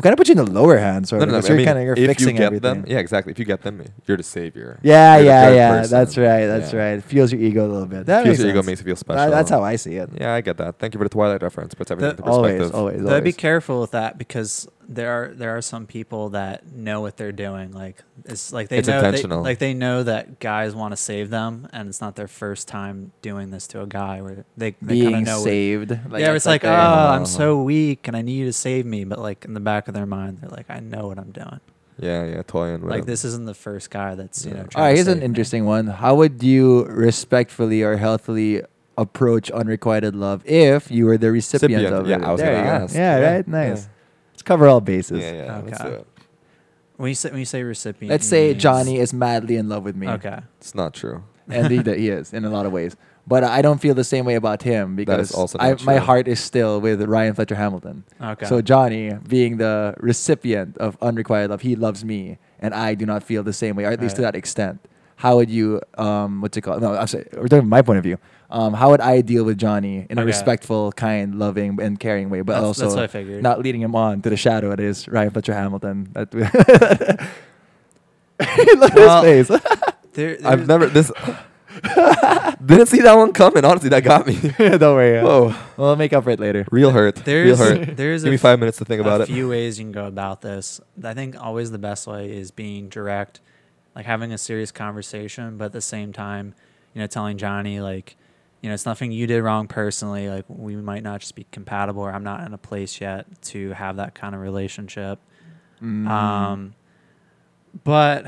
Speaker 2: kind of put you in the lower hand, sort
Speaker 1: No,
Speaker 2: of.
Speaker 1: no, no.
Speaker 2: because
Speaker 1: I
Speaker 2: you're
Speaker 1: mean,
Speaker 2: kind of you're
Speaker 1: if
Speaker 2: fixing
Speaker 1: you get
Speaker 2: everything.
Speaker 1: them, yeah, exactly. If you get them, you're the savior.
Speaker 2: yeah,
Speaker 1: You're the
Speaker 2: yeah,
Speaker 1: third
Speaker 2: yeah.
Speaker 1: person.
Speaker 2: That's right. That's
Speaker 1: Yeah.
Speaker 2: right. Fuels your ego a little bit. That
Speaker 1: Fuels
Speaker 2: makes
Speaker 1: your ego
Speaker 2: sense.
Speaker 1: makes you feel
Speaker 2: That-
Speaker 1: special.
Speaker 2: that's how I see it.
Speaker 1: Yeah, I get that. Thank you for the Twilight reference. Puts everything into
Speaker 3: The-
Speaker 2: Always,
Speaker 1: perspective.
Speaker 2: always,
Speaker 3: Though be
Speaker 2: always.
Speaker 3: careful with that because there are there are some people that know what they're doing. Like it's like they
Speaker 1: It's
Speaker 3: know
Speaker 1: intentional.
Speaker 3: They, like they know that guys want to save them, and it's not their first time doing this to a guy where they, they kind of
Speaker 2: Being
Speaker 3: know. what-
Speaker 2: saved.
Speaker 3: yeah, it's like, oh,
Speaker 2: they-
Speaker 3: I'm
Speaker 1: Oh.
Speaker 3: so weak, and I need you to save me. But like in the back of their mind, they're like, I know what I'm doing.
Speaker 1: Yeah, yeah. Toy and
Speaker 3: Like
Speaker 1: Will.
Speaker 3: this isn't the first guy that's you
Speaker 1: Yeah.
Speaker 3: know.
Speaker 2: All
Speaker 3: trying
Speaker 2: right,
Speaker 3: to
Speaker 2: here's an
Speaker 3: save me.
Speaker 2: interesting one. How would you respectfully or healthily approach unrequited love if you were the recipient,
Speaker 1: Recipient,
Speaker 2: of
Speaker 1: yeah,
Speaker 2: it?
Speaker 1: I was
Speaker 2: There
Speaker 1: gonna
Speaker 2: you go.
Speaker 1: ask.
Speaker 2: Yeah,
Speaker 1: Yeah,
Speaker 2: right. Nice.
Speaker 1: yeah.
Speaker 2: Let's cover all bases.
Speaker 1: Yeah, yeah. Let's
Speaker 3: Okay.
Speaker 1: do it.
Speaker 3: When you say when you say recipient,
Speaker 2: Let's
Speaker 3: you
Speaker 2: say
Speaker 3: mean-
Speaker 2: Johnny is madly in love with me.
Speaker 3: Okay.
Speaker 1: It's not true.
Speaker 2: and he, that he is in a lot of ways. But I don't feel the same way about him
Speaker 1: is
Speaker 2: because
Speaker 1: also
Speaker 2: I,
Speaker 1: not
Speaker 2: my
Speaker 1: true.
Speaker 2: heart is still with Ryan Fletcher Hamilton.
Speaker 3: Okay.
Speaker 2: So Johnny, being the recipient of unrequited love, he loves me, and I do not feel the same way, or at least to
Speaker 3: Right.
Speaker 2: that extent. How would you, um, what's it called? No, I'm sorry, we're talking from my point of view. Um, how would I deal with Johnny in a
Speaker 3: Okay.
Speaker 2: respectful, kind, loving, and caring way, but
Speaker 3: That's-
Speaker 2: also
Speaker 3: that's what I figured.
Speaker 2: not leading him on to the shadow that is Ryan Fletcher Hamilton?
Speaker 3: *laughs*
Speaker 2: That *laughs* Look at
Speaker 3: Well,
Speaker 2: his face.
Speaker 3: There,
Speaker 1: I've
Speaker 3: there's- *laughs*
Speaker 1: never this. *laughs* Didn't see that one coming. Honestly, that got me.
Speaker 2: *laughs* Don't worry.
Speaker 1: Whoa,
Speaker 2: We'll make up for it later.
Speaker 1: real hurt. real
Speaker 3: There's
Speaker 1: hurt.
Speaker 3: there's
Speaker 1: Give
Speaker 3: a
Speaker 1: me five minutes to think about
Speaker 3: a
Speaker 1: it.
Speaker 3: few ways you can go about this. I think always the best way is being direct, like having a serious conversation, but at the same time, you know, telling Johnny like, you know, it's nothing you did wrong personally. Like we might not just be compatible, or I'm not in a place yet to have that kind of relationship.
Speaker 2: Mm.
Speaker 1: Mm-hmm.
Speaker 3: Um, but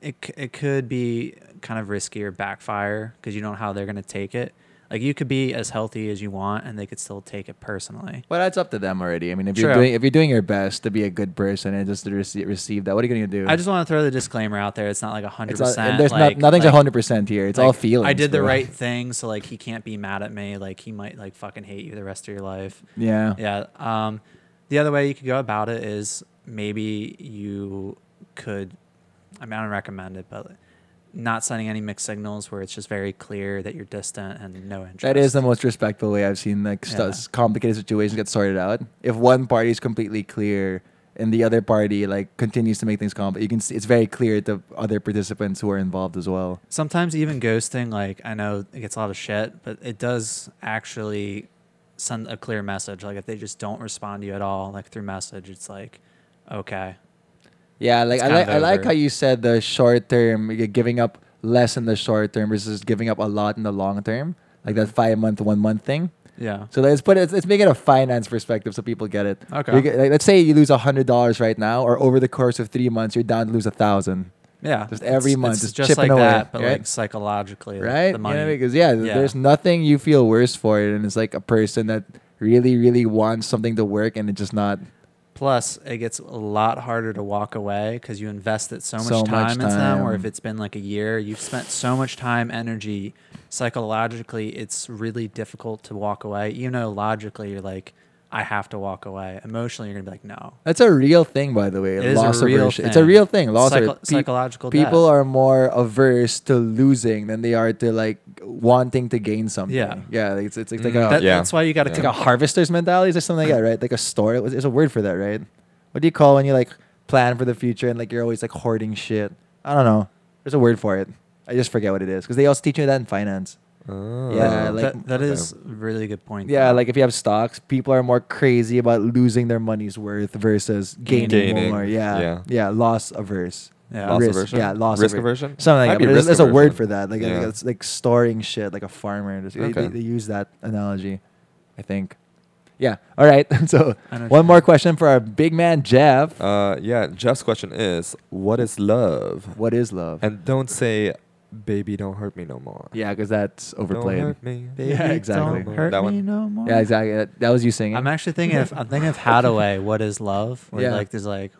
Speaker 3: it c- it could be kind of risky or backfire because you don't know how they're gonna take it. Like you could be as healthy as you want, and they could still take it personally.
Speaker 2: But that's up to them already. I mean, if you're
Speaker 3: True.
Speaker 2: doing if you're doing your best to be a good person and just to receive, receive that, what are you going to do?
Speaker 3: I just want to throw the disclaimer out there. It's not like hundred
Speaker 2: it's all,
Speaker 3: percent.
Speaker 2: there's
Speaker 3: like,
Speaker 2: not, nothing's
Speaker 3: like,
Speaker 2: hundred percent here. It's all
Speaker 3: like,
Speaker 2: feelings.
Speaker 3: I did the
Speaker 2: bro.
Speaker 3: right thing, so like he can't be mad at me. Like he might like fucking hate you the rest of your life.
Speaker 2: Yeah.
Speaker 3: Yeah. Um, the other way you could go about it is maybe you could. I mean, I don't recommend it, but not sending any mixed signals where it's just very clear that you're distant and no interest.
Speaker 2: That is the most respectful way I've seen like stu-
Speaker 3: Yeah.
Speaker 2: complicated situations get sorted out. If one party is completely clear and the other party like continues to make things complicated, you can see it's very clear to other participants who are involved as well.
Speaker 3: Sometimes even ghosting, like I know it gets a lot of shit, but it does actually send a clear message. Like if they just don't respond to you at all, like through message, it's like, okay,
Speaker 2: Yeah, like
Speaker 3: It's
Speaker 2: I
Speaker 3: kind
Speaker 2: like
Speaker 3: of
Speaker 2: I like
Speaker 3: over.
Speaker 2: how you said the short term, you're giving up less in the short term versus giving up a lot in the long term, like that five month, one month thing.
Speaker 3: yeah,
Speaker 2: So let's put it. Let's make it a finance perspective so people get it.
Speaker 3: Okay.
Speaker 2: You're g- like, let's say you lose hundred dollars right now, or over the course of three months, you're down to lose a thousand.
Speaker 3: yeah,
Speaker 2: Just every month, just chipping
Speaker 3: like
Speaker 2: away,
Speaker 3: that, but
Speaker 2: right?
Speaker 3: like psychologically, like,
Speaker 2: right?
Speaker 3: The
Speaker 2: You know what
Speaker 3: money,
Speaker 2: I mean? 'Cause, yeah, th-
Speaker 3: Yeah.
Speaker 2: there's nothing you feel worse for it, and it's like a person that really, really wants something to work, and it's just not.
Speaker 3: Plus, it gets a lot harder to walk away because you invested so much
Speaker 2: So much
Speaker 3: time into them. Or if
Speaker 2: time.
Speaker 3: it's been like a year, you've spent so much time, energy. Psychologically, it's really difficult to walk away. You know, logically, you're like, I have to walk away. Emotionally, you're gonna be like, no.
Speaker 2: That's a real thing, by the way.
Speaker 3: It is
Speaker 2: loss
Speaker 3: a real
Speaker 2: aversion.
Speaker 3: thing.
Speaker 2: It's a real thing. Loss
Speaker 3: Psycho-
Speaker 2: aver- pe-
Speaker 3: psychological.
Speaker 2: People
Speaker 3: death.
Speaker 2: are more averse to losing than they are to like wanting to gain something.
Speaker 3: Yeah.
Speaker 2: yeah. like, It's it's, it's like
Speaker 3: Mm,
Speaker 2: a
Speaker 3: that-
Speaker 1: Yeah.
Speaker 3: That's why you got to
Speaker 1: Yeah.
Speaker 2: it's like a harvester's mentality. Is there something like that, right? Like a store. There's a word for that, right? What do you call when you like plan for the future and like you're always like hoarding shit? I don't know. There's a word for it. I just forget what it is because they also teach you that in finance.
Speaker 1: Oh.
Speaker 2: Yeah, like-
Speaker 3: that, that
Speaker 1: Okay.
Speaker 3: is a really good point.
Speaker 2: Yeah,
Speaker 3: though.
Speaker 2: like if you have stocks, people are more crazy about losing their money's worth versus gaining,
Speaker 1: Gaining,
Speaker 2: more. Yeah,
Speaker 1: yeah.
Speaker 2: yeah, loss averse.
Speaker 3: Yeah.
Speaker 1: loss
Speaker 2: risk,
Speaker 1: aversion.
Speaker 2: yeah, loss
Speaker 1: risk
Speaker 2: aver-
Speaker 1: aversion.
Speaker 2: Something
Speaker 1: Might
Speaker 2: like
Speaker 1: be
Speaker 2: that. There's,
Speaker 1: risk
Speaker 2: there's a word
Speaker 1: aversion.
Speaker 2: for that. Like I think
Speaker 1: Yeah.
Speaker 2: it's like storing shit, like a farmer. Just- they-
Speaker 1: Okay.
Speaker 2: they, they use that analogy, I think. Yeah. All right. *laughs* so
Speaker 3: I know what you
Speaker 2: one more
Speaker 3: mean.
Speaker 2: question for our big man Jeff.
Speaker 1: Uh, yeah. Jeff's question is, what is love?
Speaker 2: what is love?
Speaker 1: And don't say, baby, don't hurt me no more.
Speaker 2: yeah, because that's overplayed.
Speaker 1: Don't hurt me.
Speaker 2: *laughs* Yeah,
Speaker 3: *laughs*
Speaker 2: exactly.
Speaker 3: Don't hurt
Speaker 1: That
Speaker 3: me
Speaker 1: one.
Speaker 3: no more.
Speaker 2: Yeah, exactly. That, that was you singing.
Speaker 3: I'm actually thinking of I'm
Speaker 2: *laughs*
Speaker 3: thinking of Hadaway. What is love? Where
Speaker 2: Yeah.
Speaker 3: like there's like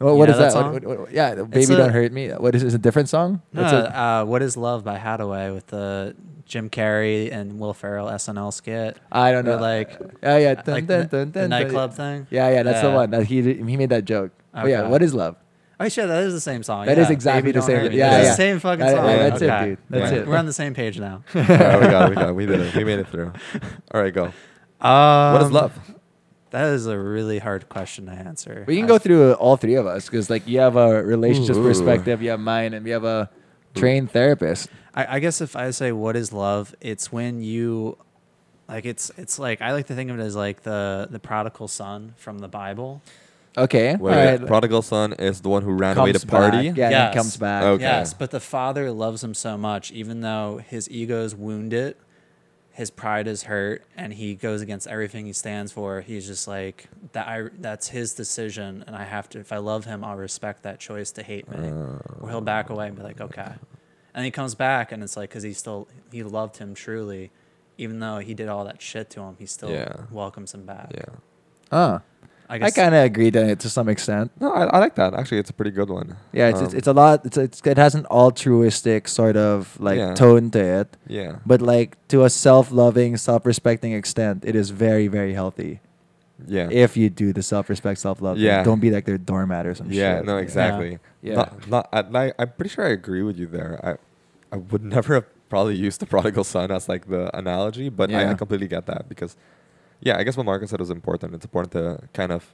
Speaker 2: Wha- what
Speaker 3: Yeah,
Speaker 2: is
Speaker 3: that
Speaker 2: that? What-
Speaker 3: song?
Speaker 2: what- what- what- yeah, baby,
Speaker 3: a-
Speaker 2: don't hurt me. What is? Is it a different song?
Speaker 3: No,
Speaker 2: It's a-
Speaker 3: uh, "What Is Love" by Hadaway with the Jim Carrey and Will Ferrell SNL skit.
Speaker 2: I don't
Speaker 3: Or
Speaker 2: know. oh,
Speaker 3: like,
Speaker 2: yeah, yeah. Dun,
Speaker 3: Uh,
Speaker 2: dun,
Speaker 3: like the,
Speaker 2: dun,
Speaker 3: the
Speaker 2: dun, dun.
Speaker 3: nightclub thing.
Speaker 2: Yeah, yeah. That's the
Speaker 3: Yeah.
Speaker 2: one that he he made that joke. Oh yeah.
Speaker 3: Okay.
Speaker 2: What is love?
Speaker 3: Oh, sure, that is the same song.
Speaker 2: That
Speaker 3: That
Speaker 2: is
Speaker 3: is
Speaker 2: exactly the same-
Speaker 1: yeah,
Speaker 3: That's
Speaker 1: yeah.
Speaker 3: the same fucking
Speaker 2: That-
Speaker 3: song.
Speaker 1: yeah, that's
Speaker 2: it,
Speaker 3: Okay.
Speaker 2: dude. That's
Speaker 1: Yeah.
Speaker 2: it.
Speaker 3: We're on the same page *laughs* now.
Speaker 1: Alright, we got, it, we got, it. we did it. We made it through. All right, go.
Speaker 3: *laughs* Um,
Speaker 1: What is love?
Speaker 3: That is a really hard question to answer.
Speaker 2: We can
Speaker 3: I-
Speaker 2: go through all three of us because, like, you have a relationship
Speaker 1: Ooh.
Speaker 2: perspective, you have mine, and we have a trained therapist.
Speaker 3: I, I guess if I say what is love, it's when you like it's it's like I like to think of it as like the the prodigal son from the Bible.
Speaker 2: Okay,
Speaker 1: Wait,
Speaker 2: all right.
Speaker 1: prodigal son is the one who ran away to
Speaker 2: Comes
Speaker 1: party.
Speaker 2: back. Yeah, and
Speaker 3: Yes.
Speaker 2: he comes back.
Speaker 1: Okay.
Speaker 3: Yes, but the father loves him so much, even though his ego's wounded, his pride is hurt, and he goes against everything he stands for. He's just like that. I that's his decision, and I have to. If I love him, I'll respect that choice to hate me. or he'll back away and be like, okay. And he comes back, and it's like because he still he loved him truly, even though he did all that shit to him. He still
Speaker 1: Yeah.
Speaker 3: welcomes him back.
Speaker 1: Yeah.
Speaker 2: Oh,
Speaker 3: I
Speaker 2: I
Speaker 3: guess.
Speaker 2: kind of agree to it to some extent.
Speaker 1: No, I, I like that. Actually, it's a pretty good one.
Speaker 2: Yeah, it's, it's,
Speaker 1: Um,
Speaker 2: it's a lot. It's, it's it has an altruistic sort of like
Speaker 1: Yeah.
Speaker 2: tone to it,
Speaker 1: Um, yeah.
Speaker 2: but like to a self-loving, self-respecting extent, it is very, very healthy.
Speaker 1: yeah.
Speaker 2: If you do the self-respect, self-love, thing.
Speaker 1: Yeah.
Speaker 2: don't be like their doormat or some
Speaker 1: yeah,
Speaker 2: shit.
Speaker 1: no, exactly.
Speaker 2: Yeah.
Speaker 1: Not, not, I, like, I'm pretty sure I agree with you there. I, I would *laughs* never have probably used the prodigal son as like the analogy, but I, I
Speaker 2: Yeah.
Speaker 1: completely get that because, yeah, I guess what Marcus said was important. It's important to kind of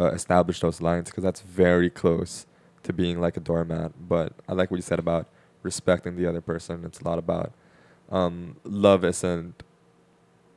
Speaker 1: uh, establish those lines because that's very close to being like a doormat. But I like what you said about respecting the other person. It's a lot about um, love isn't.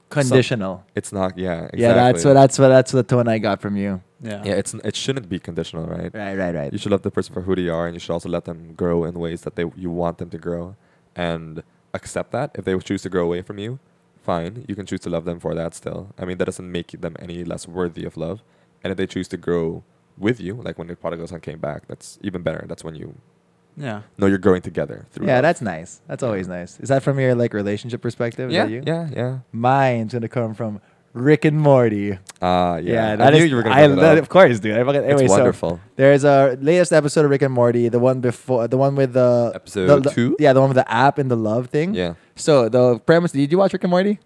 Speaker 2: Conditional.
Speaker 1: It's not. Yeah. Exactly.
Speaker 2: Yeah, that's what that's what that's the tone I got from you.
Speaker 3: Yeah.
Speaker 1: yeah, it's it shouldn't be conditional, right?
Speaker 2: Right, right, right.
Speaker 1: You should love the person for who they are, and you should also let them grow in ways that they you want them to grow, and accept that. If they choose to grow away from you, fine. You can choose to love them for that still. I mean, that doesn't make them any less worthy of love. And if they choose to grow with you, like when your prodigal son came back, that's even better. That's when you
Speaker 3: Yeah.
Speaker 1: know you're growing together. Through
Speaker 2: yeah,
Speaker 1: love.
Speaker 2: that's nice. That's always nice. Is that from your like relationship perspective? Is
Speaker 1: yeah,
Speaker 2: that you?
Speaker 1: yeah, yeah.
Speaker 2: Mine's gonna come from Rick and Morty.
Speaker 1: Ah, yeah. I
Speaker 2: that
Speaker 1: knew
Speaker 2: is-
Speaker 1: you were gonna.
Speaker 2: I
Speaker 1: bring
Speaker 2: that-
Speaker 1: that up.
Speaker 2: of course, dude. I fucking, anyway,
Speaker 1: it's
Speaker 2: so
Speaker 1: wonderful.
Speaker 2: there's a latest episode of Rick and Morty, the one before, the one with the
Speaker 1: Episode
Speaker 2: the- the-
Speaker 1: two?
Speaker 2: Yeah, the one with the app and the love thing.
Speaker 1: yeah.
Speaker 2: So the premise. Did you watch Rick and Morty?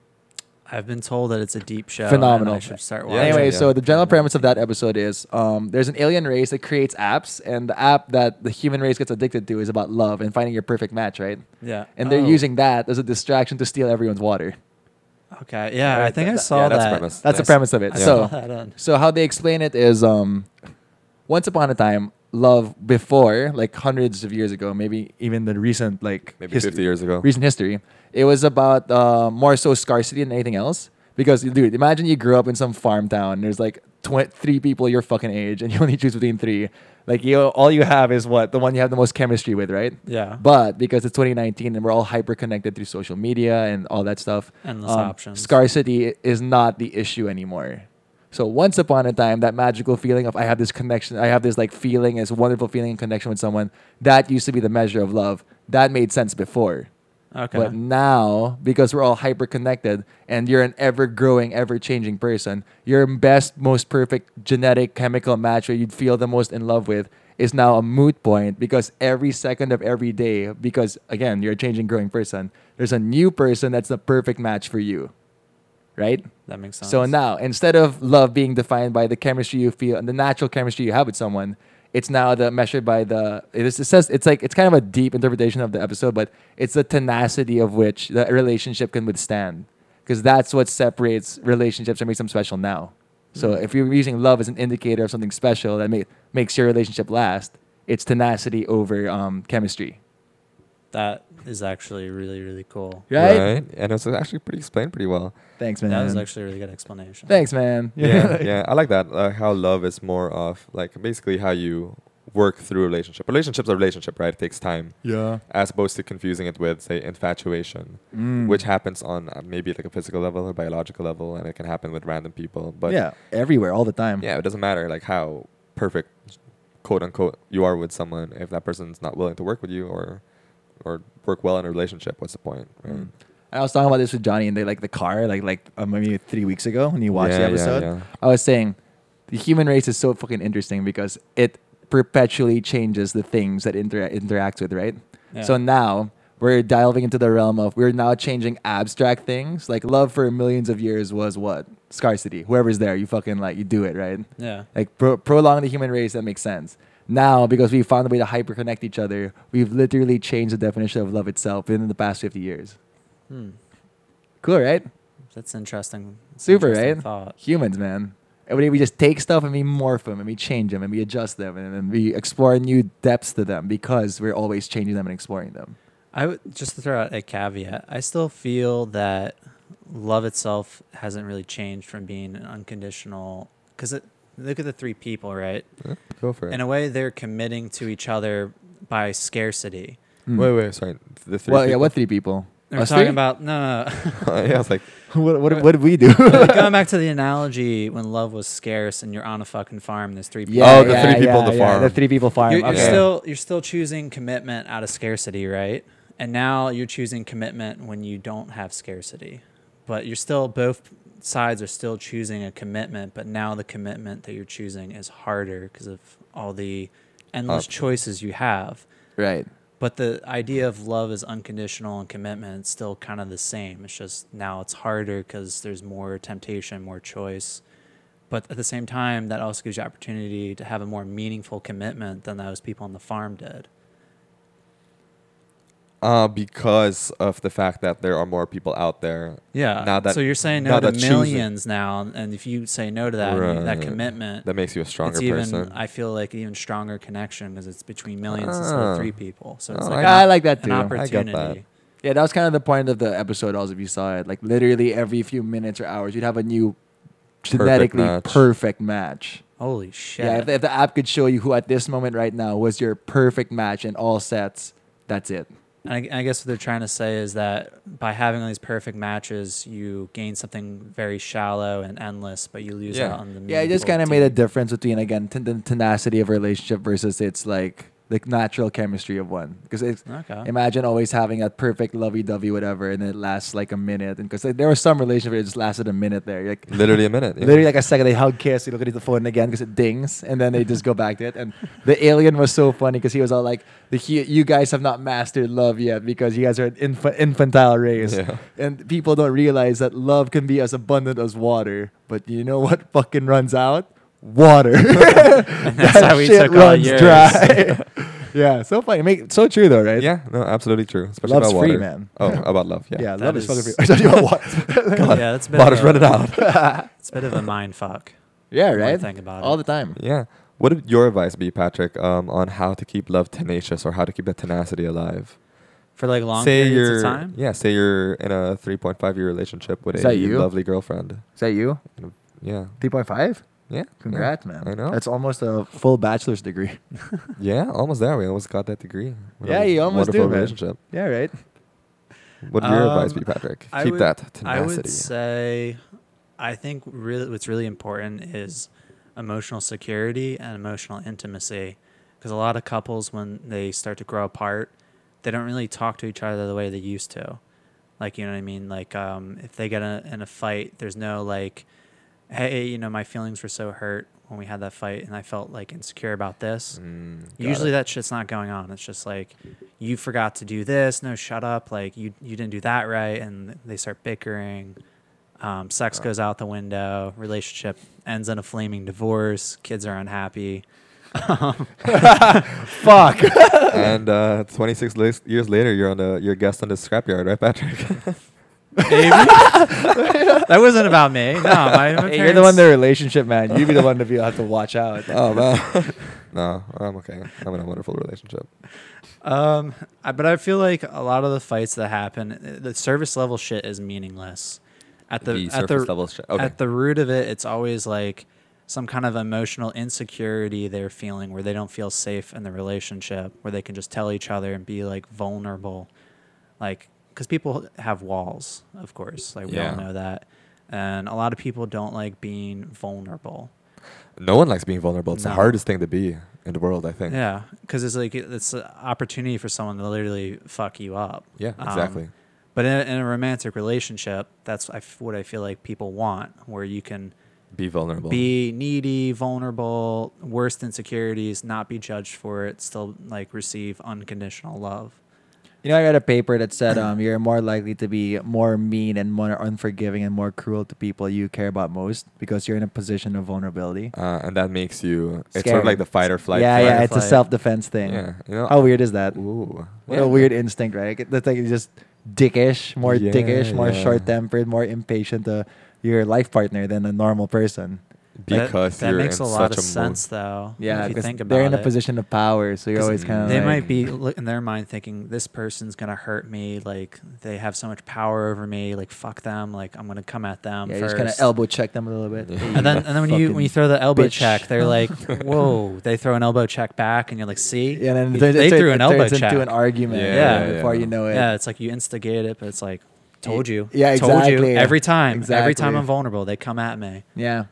Speaker 3: I've been told that it's a deep show. and
Speaker 2: Phenomenal.
Speaker 3: I should start
Speaker 1: Yeah.
Speaker 3: watching.
Speaker 2: anyway,
Speaker 1: yeah.
Speaker 2: so the general premise of that episode is um, there's an alien race that creates apps, and the app that the human race gets addicted to is about love and finding your perfect match, right?
Speaker 3: Yeah.
Speaker 2: And they're
Speaker 3: Oh,
Speaker 2: using that as a distraction to steal everyone's water.
Speaker 3: Okay. Yeah, I
Speaker 1: Alright,
Speaker 3: think
Speaker 1: that-
Speaker 3: I
Speaker 1: that-
Speaker 3: saw
Speaker 1: yeah,
Speaker 3: that.
Speaker 1: that's premise.
Speaker 2: That's the
Speaker 1: Nice.
Speaker 2: premise of it.
Speaker 3: I
Speaker 2: so
Speaker 3: saw that on-
Speaker 2: So how they explain it is um once upon a time love before like hundreds of years ago maybe even the recent like
Speaker 1: Maybe
Speaker 2: history-
Speaker 1: 50 years ago.
Speaker 2: recent history it was about uh, more so scarcity than anything else because dude imagine you grew up in some farm town and there's like tw- three people your fucking age and you only choose between three like you all you have is what the one you have the most chemistry with right
Speaker 3: Yeah.
Speaker 2: but because it's 2019 and we're all hyper connected through social media and all that stuff, um,
Speaker 3: Endless options.
Speaker 2: Scarcity is not the issue anymore. So once upon a time, that magical feeling of I have this connection, I have this like feeling, this wonderful feeling and connection with someone, that used to be the measure of love. That made sense before.
Speaker 3: Okay.
Speaker 2: But now, because we're all hyper connected and you're an ever growing, ever changing person, your best, most perfect genetic chemical match where you'd feel the most in love with is now a moot point because every second of every day, because again, you're a changing, growing person, there's a new person that's the perfect match for you. Right?
Speaker 3: that makes sense.
Speaker 2: So now, instead of love being defined by the chemistry you feel and the natural chemistry you have with someone, it's now the measured by the. It, is, it says it's like it's kind of a deep interpretation of the episode, but it's the tenacity of which the relationship can withstand, because that's what separates relationships and makes them special now. So if you're using love as an indicator of something special that ma- makes your relationship last, it's tenacity over um, chemistry,
Speaker 3: that is actually really really cool.
Speaker 2: right?
Speaker 1: And it's actually pretty explained pretty well.
Speaker 2: Thanks, man.
Speaker 3: That was actually a really good explanation.
Speaker 2: Thanks, man. *laughs*
Speaker 1: yeah, yeah. I like that. Uh, how love is more of like basically how you work through a relationship. Relationship's a relationship, right? It takes time,
Speaker 2: yeah.
Speaker 1: as opposed to confusing it with say infatuation,
Speaker 2: Mm.
Speaker 1: which happens on uh, maybe like a physical level or biological level, and it can happen with random people. But
Speaker 2: yeah, everywhere, all the time.
Speaker 1: yeah, it doesn't matter like how perfect, quote unquote, you are with someone if that person's not willing to work with you or or work well in a relationship. What's the point? Right?
Speaker 2: Mm. I was talking about this with Johnny in the like the car, like like uh, maybe three weeks ago when you watched the
Speaker 1: Yeah, yeah,
Speaker 2: episode.
Speaker 1: yeah.
Speaker 2: I was saying the human race is so fucking interesting because it perpetually changes the things that inter- interacts with, right?
Speaker 3: Yeah.
Speaker 2: So now we're delving into the realm of we're now changing abstract things. Like love for millions of years was what scarcity. Whoever's there, you fucking like you do it, right?
Speaker 3: Yeah.
Speaker 2: Like pro- prolong the human race, that makes sense. Now, because we found a way to hyperconnect each other, we've literally changed the definition of love itself within the past fifty years.
Speaker 3: Hmm.
Speaker 2: Cool, right?
Speaker 3: That's interesting. That's
Speaker 2: Super,
Speaker 3: interesting
Speaker 2: right?
Speaker 3: Thought.
Speaker 2: Humans, man. Every day we just take stuff and we morph them and we change them and we adjust them and, and we explore new depths to them because we're always changing them and exploring them.
Speaker 3: I would just to throw out a caveat. I still feel that love itself hasn't really changed from being an unconditional. Because look at the three people, right?
Speaker 1: Yeah, Go for it.
Speaker 3: In a way, they're committing to each other by scarcity.
Speaker 1: wait, wait, sorry. The three
Speaker 2: um, well, yeah,
Speaker 1: people-
Speaker 2: what three people?
Speaker 3: They're
Speaker 2: Us
Speaker 3: talking
Speaker 2: three?
Speaker 3: about no, no.
Speaker 1: *laughs*
Speaker 3: *laughs*
Speaker 1: yeah, I was like,
Speaker 2: *laughs* what, what, what did
Speaker 1: *laughs*
Speaker 2: we
Speaker 1: Oh,
Speaker 2: do?
Speaker 3: no. Like, going back to the analogy when love was scarce and you're on a fucking farm, there's three people.
Speaker 1: Oh, the three people on the farm.
Speaker 2: The three people farm.
Speaker 3: You're, you're
Speaker 2: okay.
Speaker 1: Yeah.
Speaker 3: still you're still choosing commitment out of scarcity, right? And now you're choosing commitment when you don't have scarcity. But you're still both sides are still choosing a commitment, but now the commitment that you're choosing is harder because of all the endless
Speaker 1: Up.
Speaker 3: choices you have.
Speaker 2: right.
Speaker 3: But the idea of love is unconditional and commitment is still kind of the same. It's just now it's harder because there's more temptation, more choice. But at the same time, that also gives you opportunity to have a more meaningful commitment than those people on the farm did.
Speaker 1: Uh, because of the fact that there are more people out there.
Speaker 3: Yeah.
Speaker 1: Now that
Speaker 3: so you're saying
Speaker 1: now
Speaker 3: no to
Speaker 1: that choosing-
Speaker 3: millions now, and if you say no to that, and you- that
Speaker 1: Right.
Speaker 3: commitment,
Speaker 1: That makes you a stronger
Speaker 3: it's even.
Speaker 1: person.
Speaker 3: I feel like an even stronger connection because it's between millions instead
Speaker 1: Ah.
Speaker 3: of three people. So it's
Speaker 1: Oh,
Speaker 3: like
Speaker 1: I-
Speaker 2: I like that
Speaker 3: an
Speaker 2: too.
Speaker 1: I get that.
Speaker 3: opportunity.
Speaker 2: Yeah, that was kind of the point of the episode. Also, if you saw it, like literally every few minutes or hours, you'd have a new genetically
Speaker 1: match.
Speaker 2: perfect match.
Speaker 3: Holy shit!
Speaker 2: Yeah, if the, if the app could show you who at this moment right now was your perfect match in all sets, that's it.
Speaker 3: And I, I guess what they're trying to say is that by having all these perfect matches, you gain something very shallow and endless, but you lose
Speaker 1: Yeah.
Speaker 3: out on the.
Speaker 2: Yeah, it just
Speaker 3: meaningful
Speaker 2: kind of made a
Speaker 3: deep-
Speaker 2: difference between again ten- the tenacity of a relationship versus its like the natural chemistry of one. Because it's
Speaker 1: Uh-huh.
Speaker 2: *laughs*
Speaker 3: Okay.
Speaker 2: imagine always having that perfect lovey-dovey whatever, and it lasts like a minute. And because like, there were some relationships that just lasted a minute there, You're like
Speaker 1: Literally a minute. yeah.
Speaker 2: Literally, like a second, they hug, kiss, you look at the phone again because it dings, and then they just go back to it. And
Speaker 1: *laughs*
Speaker 2: the alien was so funny because he was all like, the, he, "You guys have not mastered love yet because you guys are an infa- infantile race, *laughs*
Speaker 1: Yeah.
Speaker 2: and people don't realize that love can be as abundant as water. But you know what *laughs* fucking runs out? Water.
Speaker 3: *laughs*
Speaker 2: *laughs*
Speaker 3: that's
Speaker 2: That
Speaker 3: how we
Speaker 2: shit
Speaker 3: took all
Speaker 2: runs
Speaker 3: yours. *laughs*
Speaker 2: dry. *laughs* yeah, so funny. Make so true though, right?
Speaker 1: Yeah, no, absolutely true. Especially
Speaker 2: Love's
Speaker 1: about
Speaker 2: free,
Speaker 1: water.
Speaker 2: man.
Speaker 1: Oh, about love. Yeah.
Speaker 2: yeah,
Speaker 3: That
Speaker 2: love is, fucking
Speaker 3: is-
Speaker 2: free. *laughs* Sorry about water. *laughs*
Speaker 3: Yeah, that's a bit
Speaker 1: Waters
Speaker 3: of a-
Speaker 1: run it out.
Speaker 3: It's a bit of a mind fuck.
Speaker 2: yeah,
Speaker 3: when you
Speaker 2: right.
Speaker 3: Think about
Speaker 2: *laughs*
Speaker 3: it.
Speaker 2: All the time.
Speaker 1: Yeah. What would your advice be, Patrick, um, on how to keep love tenacious or how to keep that tenacity alive?
Speaker 3: for like long
Speaker 1: say
Speaker 3: periods
Speaker 1: you're,
Speaker 3: of time.
Speaker 1: yeah, say you're in a 3.5 year relationship with
Speaker 2: Is
Speaker 1: a
Speaker 2: that you?
Speaker 1: lovely girlfriend.
Speaker 2: Is that you?
Speaker 1: Yeah,
Speaker 2: Three point five.
Speaker 1: yeah.
Speaker 2: Congrats, man.
Speaker 1: I know.
Speaker 2: That's almost a full bachelor's degree.
Speaker 1: Yeah, almost there. We almost got that degree. What a
Speaker 2: Yeah, you almost do,
Speaker 1: wonderful
Speaker 2: man.
Speaker 1: relationship.
Speaker 2: Yeah, right.
Speaker 1: What would your advice
Speaker 3: Um,
Speaker 1: be, Patrick?
Speaker 3: I
Speaker 1: keep
Speaker 3: would-
Speaker 1: that
Speaker 3: I would
Speaker 1: tenacity.
Speaker 3: say, I think really what's really important is emotional security and emotional intimacy, because a lot of couples when they start to grow apart, they don't really talk to each other the way they used to. Like you know what I mean? Like um, if they get in a, in a fight, there's no like, hey, you know my feelings were so hurt when we had that fight, and I felt like insecure about this.
Speaker 1: Mm, got
Speaker 3: Usually
Speaker 1: it.
Speaker 3: that shit's not going on. It's just like you forgot to do this. No, shut up. Like you you didn't do that right, and they start bickering. Um, sex goes out the window. Relationship ends in a flaming divorce. Kids
Speaker 1: *laughs*
Speaker 3: are unhappy. *laughs* Um,
Speaker 2: Fuck.
Speaker 1: and uh, 26 lis- years later, you're on the you're a guest on the scrapyard, right, Patrick?
Speaker 2: *laughs*
Speaker 3: Maybe. *laughs* that wasn't about me. No, my, my
Speaker 2: you're the one in
Speaker 3: parents-
Speaker 2: the relationship, man. You be the one to be have to watch out.
Speaker 1: *laughs* oh man, no, I'm okay. I'm in a wonderful relationship.
Speaker 3: Um, I, but I feel like a lot of the fights that happen, uh, the service level shit is meaningless. At the,
Speaker 1: The
Speaker 3: at the
Speaker 1: surface level shit. Okay.
Speaker 3: at the root of it, it's always like some kind of emotional insecurity they're feeling where they don't feel safe in the relationship, where they can just tell each other and be like vulnerable, like because people have walls, of course, like we
Speaker 1: Yeah.
Speaker 3: all know that, and a lot of people don't like being vulnerable.
Speaker 1: No one likes being vulnerable. It's the
Speaker 3: No.
Speaker 1: hardest thing to be in the world, I think.
Speaker 3: Yeah, because it's like it's an opportunity for someone to literally fuck you up.
Speaker 1: Yeah,
Speaker 3: Um,
Speaker 1: exactly.
Speaker 3: But in a, in a romantic relationship, that's I f- what I feel like people want, where you can
Speaker 1: be vulnerable.
Speaker 3: be needy, vulnerable, worst insecurities, not be judged for it, still like receive unconditional love.
Speaker 2: You know, I read a paper that said um, you're more likely to be more mean and more unforgiving and more cruel to people you care about most because you're in a position of vulnerability.
Speaker 1: uh, and that makes you. It's sort of
Speaker 2: Scared.
Speaker 1: like the fight or flight.
Speaker 2: yeah,
Speaker 1: fight
Speaker 2: yeah,
Speaker 1: or
Speaker 2: it's a
Speaker 3: flight.
Speaker 2: self-defense thing.
Speaker 1: Yeah, you know,
Speaker 2: How weird is that?
Speaker 1: flight. Ooh.
Speaker 2: What
Speaker 1: Yeah.
Speaker 2: a weird instinct, right? Like, That's like you're just dickish, more
Speaker 1: Yeah,
Speaker 2: dickish, more
Speaker 1: yeah.
Speaker 2: short-tempered, more impatient to your life partner than a normal person.
Speaker 3: That-
Speaker 1: Because
Speaker 3: that,
Speaker 1: you're
Speaker 3: makes
Speaker 1: in
Speaker 3: a lot
Speaker 1: such
Speaker 3: of
Speaker 1: a
Speaker 3: sense, though.
Speaker 2: Yeah,
Speaker 3: if you
Speaker 2: 'cause
Speaker 3: think about
Speaker 2: they're in a
Speaker 3: it.
Speaker 2: position of power, so you're
Speaker 3: 'Cause
Speaker 2: always kind of
Speaker 3: They
Speaker 2: like,
Speaker 3: might be li- in their mind thinking this person's gonna hurt me. Like they have so much power over me. Like fuck them. Like I'm gonna come at them
Speaker 2: yeah,
Speaker 3: um, first.
Speaker 2: you're just kind of elbow check them a little
Speaker 3: *laughs*
Speaker 2: bit.
Speaker 1: Yeah.
Speaker 2: Hey,
Speaker 3: And then, and then when you when
Speaker 2: fucking-
Speaker 3: you throw the elbow
Speaker 2: bitch.
Speaker 3: check, they're
Speaker 2: *laughs*
Speaker 3: like, "Whoa!" They throw an elbow check back, and you're like, "See?"
Speaker 2: yeah, and then
Speaker 3: He-
Speaker 2: it turns-
Speaker 3: they
Speaker 2: it turns-
Speaker 3: threw an
Speaker 2: it
Speaker 3: elbow
Speaker 2: turns
Speaker 3: check.
Speaker 2: into an argument.
Speaker 1: Yeah,
Speaker 3: Yeah. yeah,
Speaker 2: before
Speaker 1: yeah.
Speaker 2: you know it.
Speaker 3: yeah, it's like you instigate it, but it's like, "Told you."
Speaker 2: Yeah,
Speaker 3: Told
Speaker 2: exactly.
Speaker 3: you every time. Every time
Speaker 2: Exactly.
Speaker 3: I'm vulnerable, they come at me.
Speaker 2: yeah,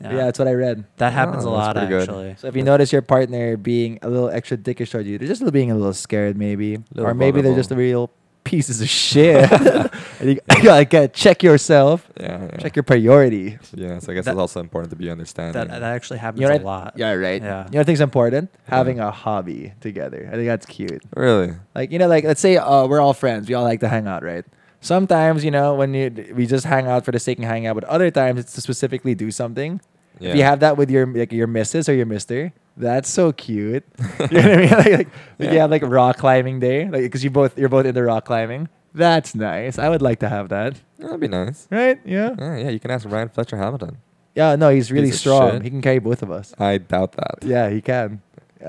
Speaker 3: Yeah,
Speaker 2: yeah, that's what I read.
Speaker 3: that happens
Speaker 1: Oh,
Speaker 3: a
Speaker 1: that's
Speaker 3: lot
Speaker 1: pretty good.
Speaker 3: actually.
Speaker 2: So if you notice your partner being a little extra dickish toward you, they're just being a little scared, maybe,
Speaker 1: Little
Speaker 2: or maybe they're
Speaker 1: vulnerable.
Speaker 2: just real pieces of
Speaker 3: *laughs*
Speaker 2: shit. *laughs* and you, you gotta check yourself,
Speaker 1: Yeah, yeah.
Speaker 2: check your priority.
Speaker 1: *laughs* Yeah, so I guess
Speaker 3: That-
Speaker 1: it's also important to be understanding.
Speaker 3: That that actually happens
Speaker 2: know
Speaker 3: a
Speaker 2: what I-
Speaker 3: lot.
Speaker 2: Yeah, right. You
Speaker 3: Yeah.
Speaker 2: know, what I think's important
Speaker 1: Yeah.
Speaker 2: having a hobby together. I think that's cute.
Speaker 1: really?
Speaker 2: Like you know, like let's say uh, we're all friends. We all like to hang out, right? Sometimes you know when you we just hang out for the sake of hanging out, but other times it's to specifically do something.
Speaker 1: Yeah. *laughs*
Speaker 2: If you have that with your like your missus or your mister, that's so cute. *laughs* *laughs* you know what I mean? Like, like we can
Speaker 1: Yeah.
Speaker 2: have like rock climbing day, like because you both you're both into rock climbing. That's nice. I would like to have that.
Speaker 1: That'd be nice.
Speaker 2: Right? Yeah.
Speaker 1: Yeah, yeah, you can ask Ryan Fletcher Hamilton.
Speaker 2: Yeah. No, he's really
Speaker 1: Piece of
Speaker 2: strong.
Speaker 1: shit.
Speaker 2: He can carry both of us.
Speaker 1: I doubt that.
Speaker 2: Yeah, he can.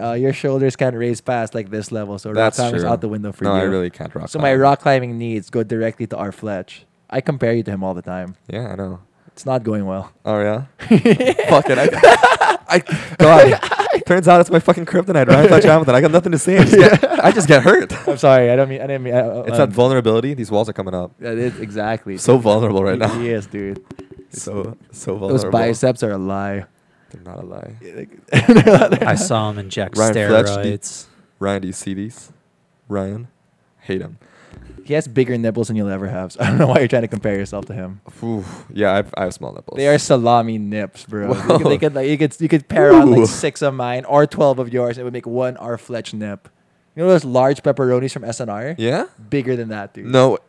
Speaker 2: Uh, your shoulders can't raise past like this level, so
Speaker 1: That's
Speaker 2: rock climbing's
Speaker 1: true.
Speaker 2: out the window for
Speaker 1: no,
Speaker 2: you.
Speaker 1: I really can't rock.
Speaker 2: so my
Speaker 1: climbing.
Speaker 2: rock climbing needs go directly to R. Fletch. I compare you to him all the time.
Speaker 1: Yeah, I know.
Speaker 2: It's not going well.
Speaker 1: Oh
Speaker 2: *laughs*
Speaker 1: yeah. Fuck it. I, I
Speaker 2: *laughs*
Speaker 1: God. Turns out it's my fucking kryptonite, Ryan Fletcher Hamilton. I got nothing to say. I just
Speaker 2: *laughs*
Speaker 1: get, I just get hurt.
Speaker 2: I'm sorry. I don't mean. I didn't mean. I, I-
Speaker 1: It's
Speaker 2: um,
Speaker 1: that vulnerability. These walls are coming up.
Speaker 2: That is exactly.
Speaker 1: So vulnerable right
Speaker 2: He-
Speaker 1: now.
Speaker 2: He is, dude.
Speaker 1: *laughs* So so vulnerable.
Speaker 2: Those biceps are
Speaker 1: *laughs*
Speaker 2: a lie.
Speaker 1: They're not a lie.
Speaker 2: *laughs*
Speaker 1: *laughs*
Speaker 3: I saw him inject
Speaker 1: Ryan Fletch, do you-
Speaker 3: steroids.
Speaker 1: Ryan, do you see these? Ryan, hate him.
Speaker 2: He has bigger nipples than you'll ever have. So *laughs* I don't know why you're trying to compare yourself to him.
Speaker 1: Ooh, yeah, I have, I have small nipples.
Speaker 2: They are salami nips, bro. You could,
Speaker 1: Whoa.
Speaker 2: they could, like, you could you could pair on
Speaker 1: Ooh.
Speaker 2: like six of mine or twelve of yours. It would make one R Fletch nip. You know those large pepperonis from SNR?
Speaker 1: *laughs* Yeah.
Speaker 2: Bigger than that, dude.
Speaker 1: No.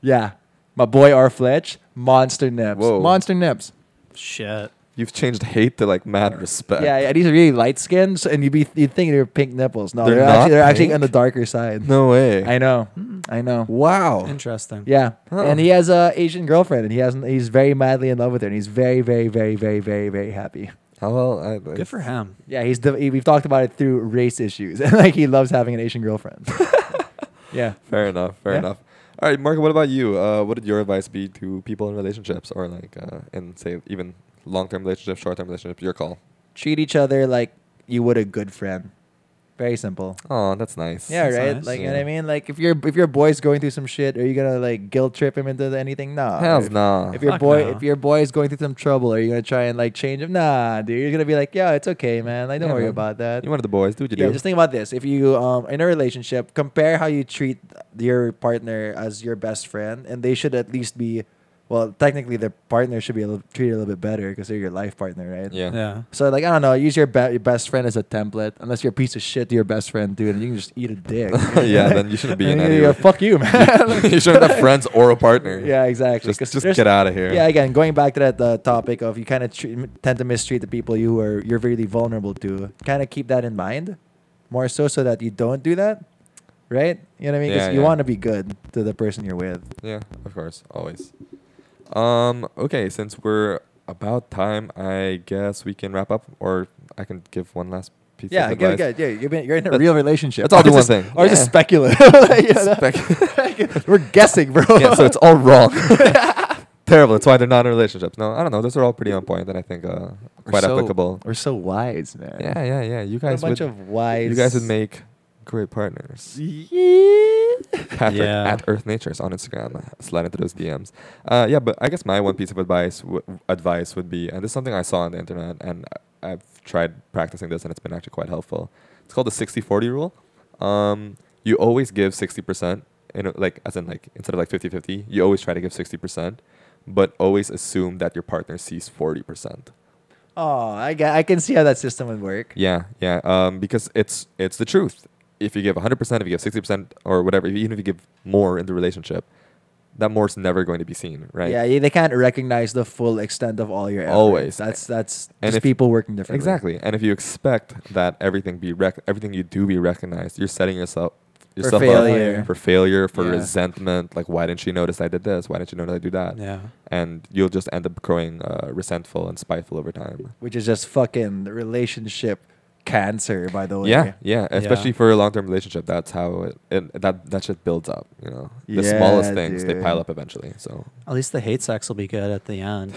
Speaker 2: Yeah. My boy R Fletch, monster nips.
Speaker 1: Whoa.
Speaker 2: Monster nips.
Speaker 3: Shit.
Speaker 1: You've changed hate to like mad respect.
Speaker 2: Yeah, yeah, these are really light skinned, so, and you'd be you'd think they're pink nipples. No,
Speaker 1: They're
Speaker 2: they're,
Speaker 1: not
Speaker 2: actually they're actually
Speaker 1: pink?
Speaker 2: on the darker side.
Speaker 1: No way.
Speaker 2: I know, Mm-hmm. I know.
Speaker 1: wow.
Speaker 3: Interesting.
Speaker 2: Yeah,
Speaker 1: Huh.
Speaker 2: and he has a Asian girlfriend, and he has he's very madly in love with her, and he's very, very, very, very, very, very happy.
Speaker 1: Oh, well, I,
Speaker 3: Good for him.
Speaker 2: Yeah, he's the, he, we've talked about it through race issues, *laughs* and like he loves having an Asian
Speaker 1: *laughs*
Speaker 2: girlfriend. yeah,
Speaker 1: Fair enough. Fair
Speaker 2: Yeah.
Speaker 1: enough. All right, Mark. What about you? Uh, what would your advice be to people in relationships, or like, uh, in say even long-term relationships, short-term relationships? Your call.
Speaker 2: treat each other like you would a good friend. Very simple.
Speaker 1: Oh, that's nice.
Speaker 2: Yeah,
Speaker 3: That's
Speaker 2: right.
Speaker 3: nice.
Speaker 2: Like, you know what
Speaker 1: Yeah.
Speaker 2: I mean? Like, if your if your boy's going through some shit, are you gonna like guilt trip him into anything? Nah.
Speaker 1: Hell's
Speaker 2: If-
Speaker 1: nah.
Speaker 2: If your
Speaker 3: Fuck
Speaker 2: boy
Speaker 3: no.
Speaker 2: if your boy is going through some trouble, are you gonna try and like change him? Nah, dude. You're gonna be like, yeah, it's okay, man. Like, don't
Speaker 1: Yeah,
Speaker 2: worry
Speaker 1: man.
Speaker 2: about that.
Speaker 1: you wanted the boys. Do what you
Speaker 2: yeah,
Speaker 1: do.
Speaker 2: just think about this. If you um in a relationship, compare how you treat your partner as your best friend, and they should at least be, well, technically their partner should be a little, treated a little bit better because they're your life partner, right?
Speaker 1: yeah.
Speaker 3: Yeah.
Speaker 2: So like I don't know, use your, be- your best friend as a template. Unless you're a piece of shit to your best friend, dude, and you can just eat a dick.
Speaker 1: *laughs* Yeah, then you shouldn't be in
Speaker 2: And
Speaker 1: any
Speaker 2: you go,
Speaker 1: re-
Speaker 2: Fuck you, man.
Speaker 1: *laughs*
Speaker 2: *laughs*
Speaker 1: you shouldn't have friends or a partner.
Speaker 2: yeah, exactly.
Speaker 1: Just,
Speaker 2: 'Cause
Speaker 1: just
Speaker 2: there's-
Speaker 1: get out of here.
Speaker 2: Yeah, again, going back to that uh, topic of you kind of tre- tend to mistreat the people you are you're really vulnerable to. Kind of keep that in mind, more so so that you don't do that, right? You know what I mean? Because
Speaker 1: Yeah,
Speaker 2: you
Speaker 1: yeah.
Speaker 2: want to be good to the person you're with.
Speaker 1: Yeah, of course, always. Um, okay, since we're about time, I guess we can wrap up, or I can give one last piece
Speaker 2: yeah,
Speaker 1: of
Speaker 2: good,
Speaker 1: advice.
Speaker 2: good. Yeah, you're, been, you're in a
Speaker 1: Let's-
Speaker 2: real relationship.
Speaker 1: let's all do
Speaker 2: Or just-
Speaker 1: one thing.
Speaker 2: Or *laughs* just
Speaker 1: Yeah.
Speaker 2: speculative.
Speaker 1: *laughs*
Speaker 2: You know?
Speaker 1: Spec-
Speaker 2: *laughs* We're guessing, bro.
Speaker 1: yeah, so it's all
Speaker 2: *laughs*
Speaker 1: wrong. *laughs* Terrible. That's why they're not in relationships. No, I don't know. Those are all pretty on point, and I think uh,
Speaker 2: We're
Speaker 1: quite
Speaker 2: so-
Speaker 1: applicable.
Speaker 2: We're so wise, man.
Speaker 1: Yeah, yeah, yeah. You
Speaker 2: We're
Speaker 1: guys
Speaker 2: a bunch
Speaker 1: would,
Speaker 2: of wise.
Speaker 1: you guys would make great partners. Patrick
Speaker 3: Yeah.
Speaker 1: at Earth Natures on Instagram. Slide into those DMs. Uh, yeah, but I guess my one piece of advice w- advice would be, and this is something I saw on the internet, and I- I've tried practicing this, and it's been actually quite helpful. It's called the 60-40 rule. Um, you always give 60%, in a, like as in like instead of like 50-50, you always try to give 60%, but always assume that your partner sees 40%.
Speaker 2: Oh, I, ga- I can see how that system would work.
Speaker 1: Yeah, yeah. Um, because it's it's the truth. If you give 100%, if you give 60% or whatever, if you- even if you give more in the relationship, that more's never going to be seen, right?
Speaker 2: Yeah, yeah, they can't recognize the full extent of all your efforts.
Speaker 1: Always.
Speaker 2: That's that's
Speaker 1: And
Speaker 2: just
Speaker 1: if-
Speaker 2: people working differently.
Speaker 1: Exactly. And if you expect that everything be rec- everything you do be recognized, you're setting yourself
Speaker 2: For
Speaker 1: yourself
Speaker 2: failure.
Speaker 1: up for failure, for
Speaker 2: Yeah.
Speaker 1: resentment. Like, why didn't she notice I did this? Why didn't you notice I do that?
Speaker 3: Yeah.
Speaker 1: And you'll just end up growing uh, resentful and spiteful over time.
Speaker 2: Which is just fucking relationship cancer, by the way.
Speaker 1: Yeah, yeah.
Speaker 3: Yeah.
Speaker 1: Especially for a long-term relationship, that's how it, it that that shit builds up. You know, the smallest
Speaker 2: Yeah,
Speaker 1: things they
Speaker 2: dude.
Speaker 1: pile up eventually. So
Speaker 3: At least the hate sex will be good at the end.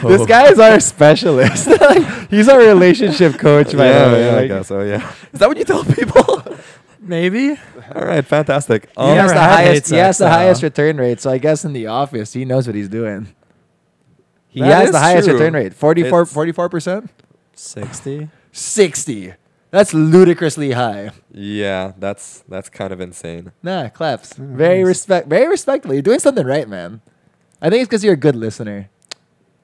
Speaker 2: This guy is our specialist. *laughs* Like, he's our relationship coach, by
Speaker 1: yeah,
Speaker 2: the way.
Speaker 1: yeah, I
Speaker 2: Like,
Speaker 1: guess so. Yeah, *laughs* is that what you tell people?
Speaker 3: *laughs* Maybe.
Speaker 1: All right, fantastic.
Speaker 2: He
Speaker 1: Um,
Speaker 3: Yeah.
Speaker 2: has the
Speaker 3: Never had
Speaker 2: highest.
Speaker 3: hate
Speaker 2: He has
Speaker 3: sex,
Speaker 2: the
Speaker 3: though.
Speaker 2: highest return rate. So I guess in the office, he knows what he's doing. He
Speaker 1: That
Speaker 2: has
Speaker 1: is
Speaker 2: the highest
Speaker 1: true.
Speaker 2: return rate. 44
Speaker 1: It's-
Speaker 2: 44 percent,
Speaker 3: 60.
Speaker 2: sixty. That's ludicrously high.
Speaker 1: yeah, that's that's kind of insane.
Speaker 2: Nah, claps.
Speaker 3: Oh,
Speaker 2: very
Speaker 3: nice.
Speaker 2: respect. Very respectful. You're doing something right, man. I think it's because you're a good listener.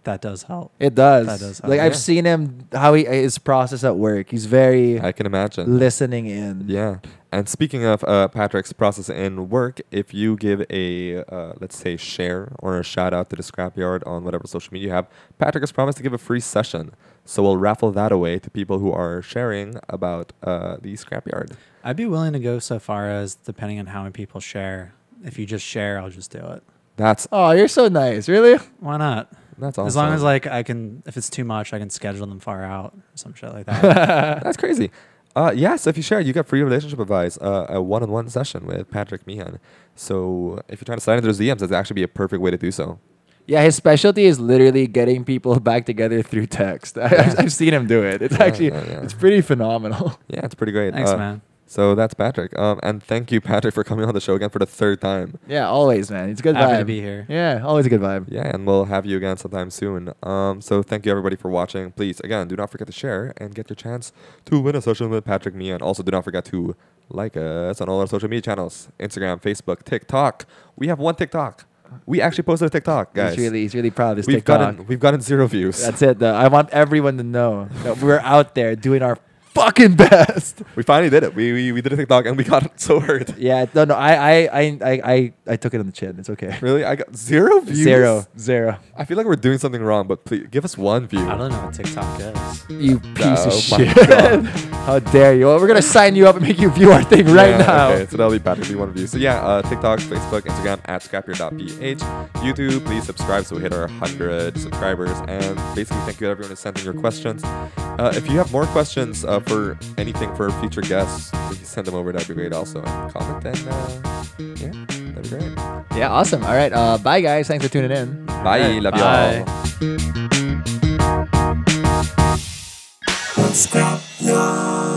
Speaker 3: That does help.
Speaker 2: It does.
Speaker 3: That does help,
Speaker 2: Like I've
Speaker 1: yeah.
Speaker 2: seen him how he his process at work. He's very
Speaker 1: I can imagine.
Speaker 2: listening in.
Speaker 1: Yeah. And speaking of uh, Patrick's process in work, if you give a, uh, let's say, share or a shout out to the scrapyard on whatever social media you have, Patrick has promised to give a free session. So we'll raffle that away to people who are sharing about uh, the scrapyard.
Speaker 3: I'd be willing to go so far as depending on how many people share. If you just share, I'll just do it.
Speaker 1: That's
Speaker 2: Oh, you're so nice.
Speaker 1: *laughs*
Speaker 2: Really?
Speaker 3: Why not?
Speaker 1: that's awesome.
Speaker 3: As long as like I can, if it's too much, I can schedule them far out, some shit
Speaker 2: *laughs*
Speaker 3: like that.
Speaker 1: that's crazy. Uh, yeah, so if you share, you get free relationship advice, uh, a one-on-one session with Patrick Meehan. So if you're trying to slide into those DMs, that's actually be a perfect way to do
Speaker 3: *laughs*
Speaker 1: so.
Speaker 2: Yeah, his specialty is literally getting people *laughs* back together through text. *laughs* I, I've, I've seen him do it. It's
Speaker 1: Yeah,
Speaker 2: actually
Speaker 1: yeah, yeah.
Speaker 2: it's pretty phenomenal. *laughs*
Speaker 1: Yeah, it's pretty great.
Speaker 3: Thanks,
Speaker 1: Uh,
Speaker 3: man.
Speaker 1: So that's Patrick. Um, and thank you, Patrick, for coming on the show again for the third time.
Speaker 2: Yeah, always, man. It's a good
Speaker 3: Happy
Speaker 2: vibe.
Speaker 3: to be here.
Speaker 2: Yeah, always a good vibe.
Speaker 1: Yeah, and we'll have you again sometime soon. Um, so thank you everybody for watching. Please, again, do not forget to share and get your chance to win a session with Patrick Mia. And also, do not forget to like us on all our social media channels: Instagram, Facebook, TikTok. We have one TikTok. We actually posted a TikTok, guys.
Speaker 2: He's really he's really proud of his
Speaker 1: we've
Speaker 2: TikTok.
Speaker 1: gotten we've gotten zero views.
Speaker 2: That's it. Though. I want everyone to know that we're out there doing our fucking *laughs* best.
Speaker 1: We finally did it. We, we we did a TikTok and we got *laughs* so hurt.
Speaker 2: Yeah, no, no, I, I, I, I, I, I took it on the chin. It's *laughs* okay.
Speaker 1: Really, I got zero views.
Speaker 2: Zero, zero.
Speaker 1: I feel like we're doing something wrong, but please give us one view.
Speaker 3: I don't know what TikTok is.
Speaker 2: You piece of
Speaker 1: Oh my
Speaker 2: shit. *laughs*
Speaker 1: God.
Speaker 2: How dare you? Well, we're gonna sign you up and make you view our thing right
Speaker 1: Yeah,
Speaker 2: now.
Speaker 1: Okay, so that'll be Patrick B1 of you. So yeah, uh, TikTok, Facebook, Instagram at scrapyard.ph. YouTube, please subscribe so we hit our 100 subscribers. And basically, thank you to everyone who sent in your questions. Uh, if you have more questions uh, for anything for future guests, please send them over. That'd be great also. And comment and uh, yeah, that'd be great.
Speaker 2: Yeah, awesome. All right, uh, bye guys. Thanks for tuning in.
Speaker 1: Bye.
Speaker 3: right,
Speaker 1: love
Speaker 3: bye.
Speaker 1: y'all.
Speaker 4: Scrap yard.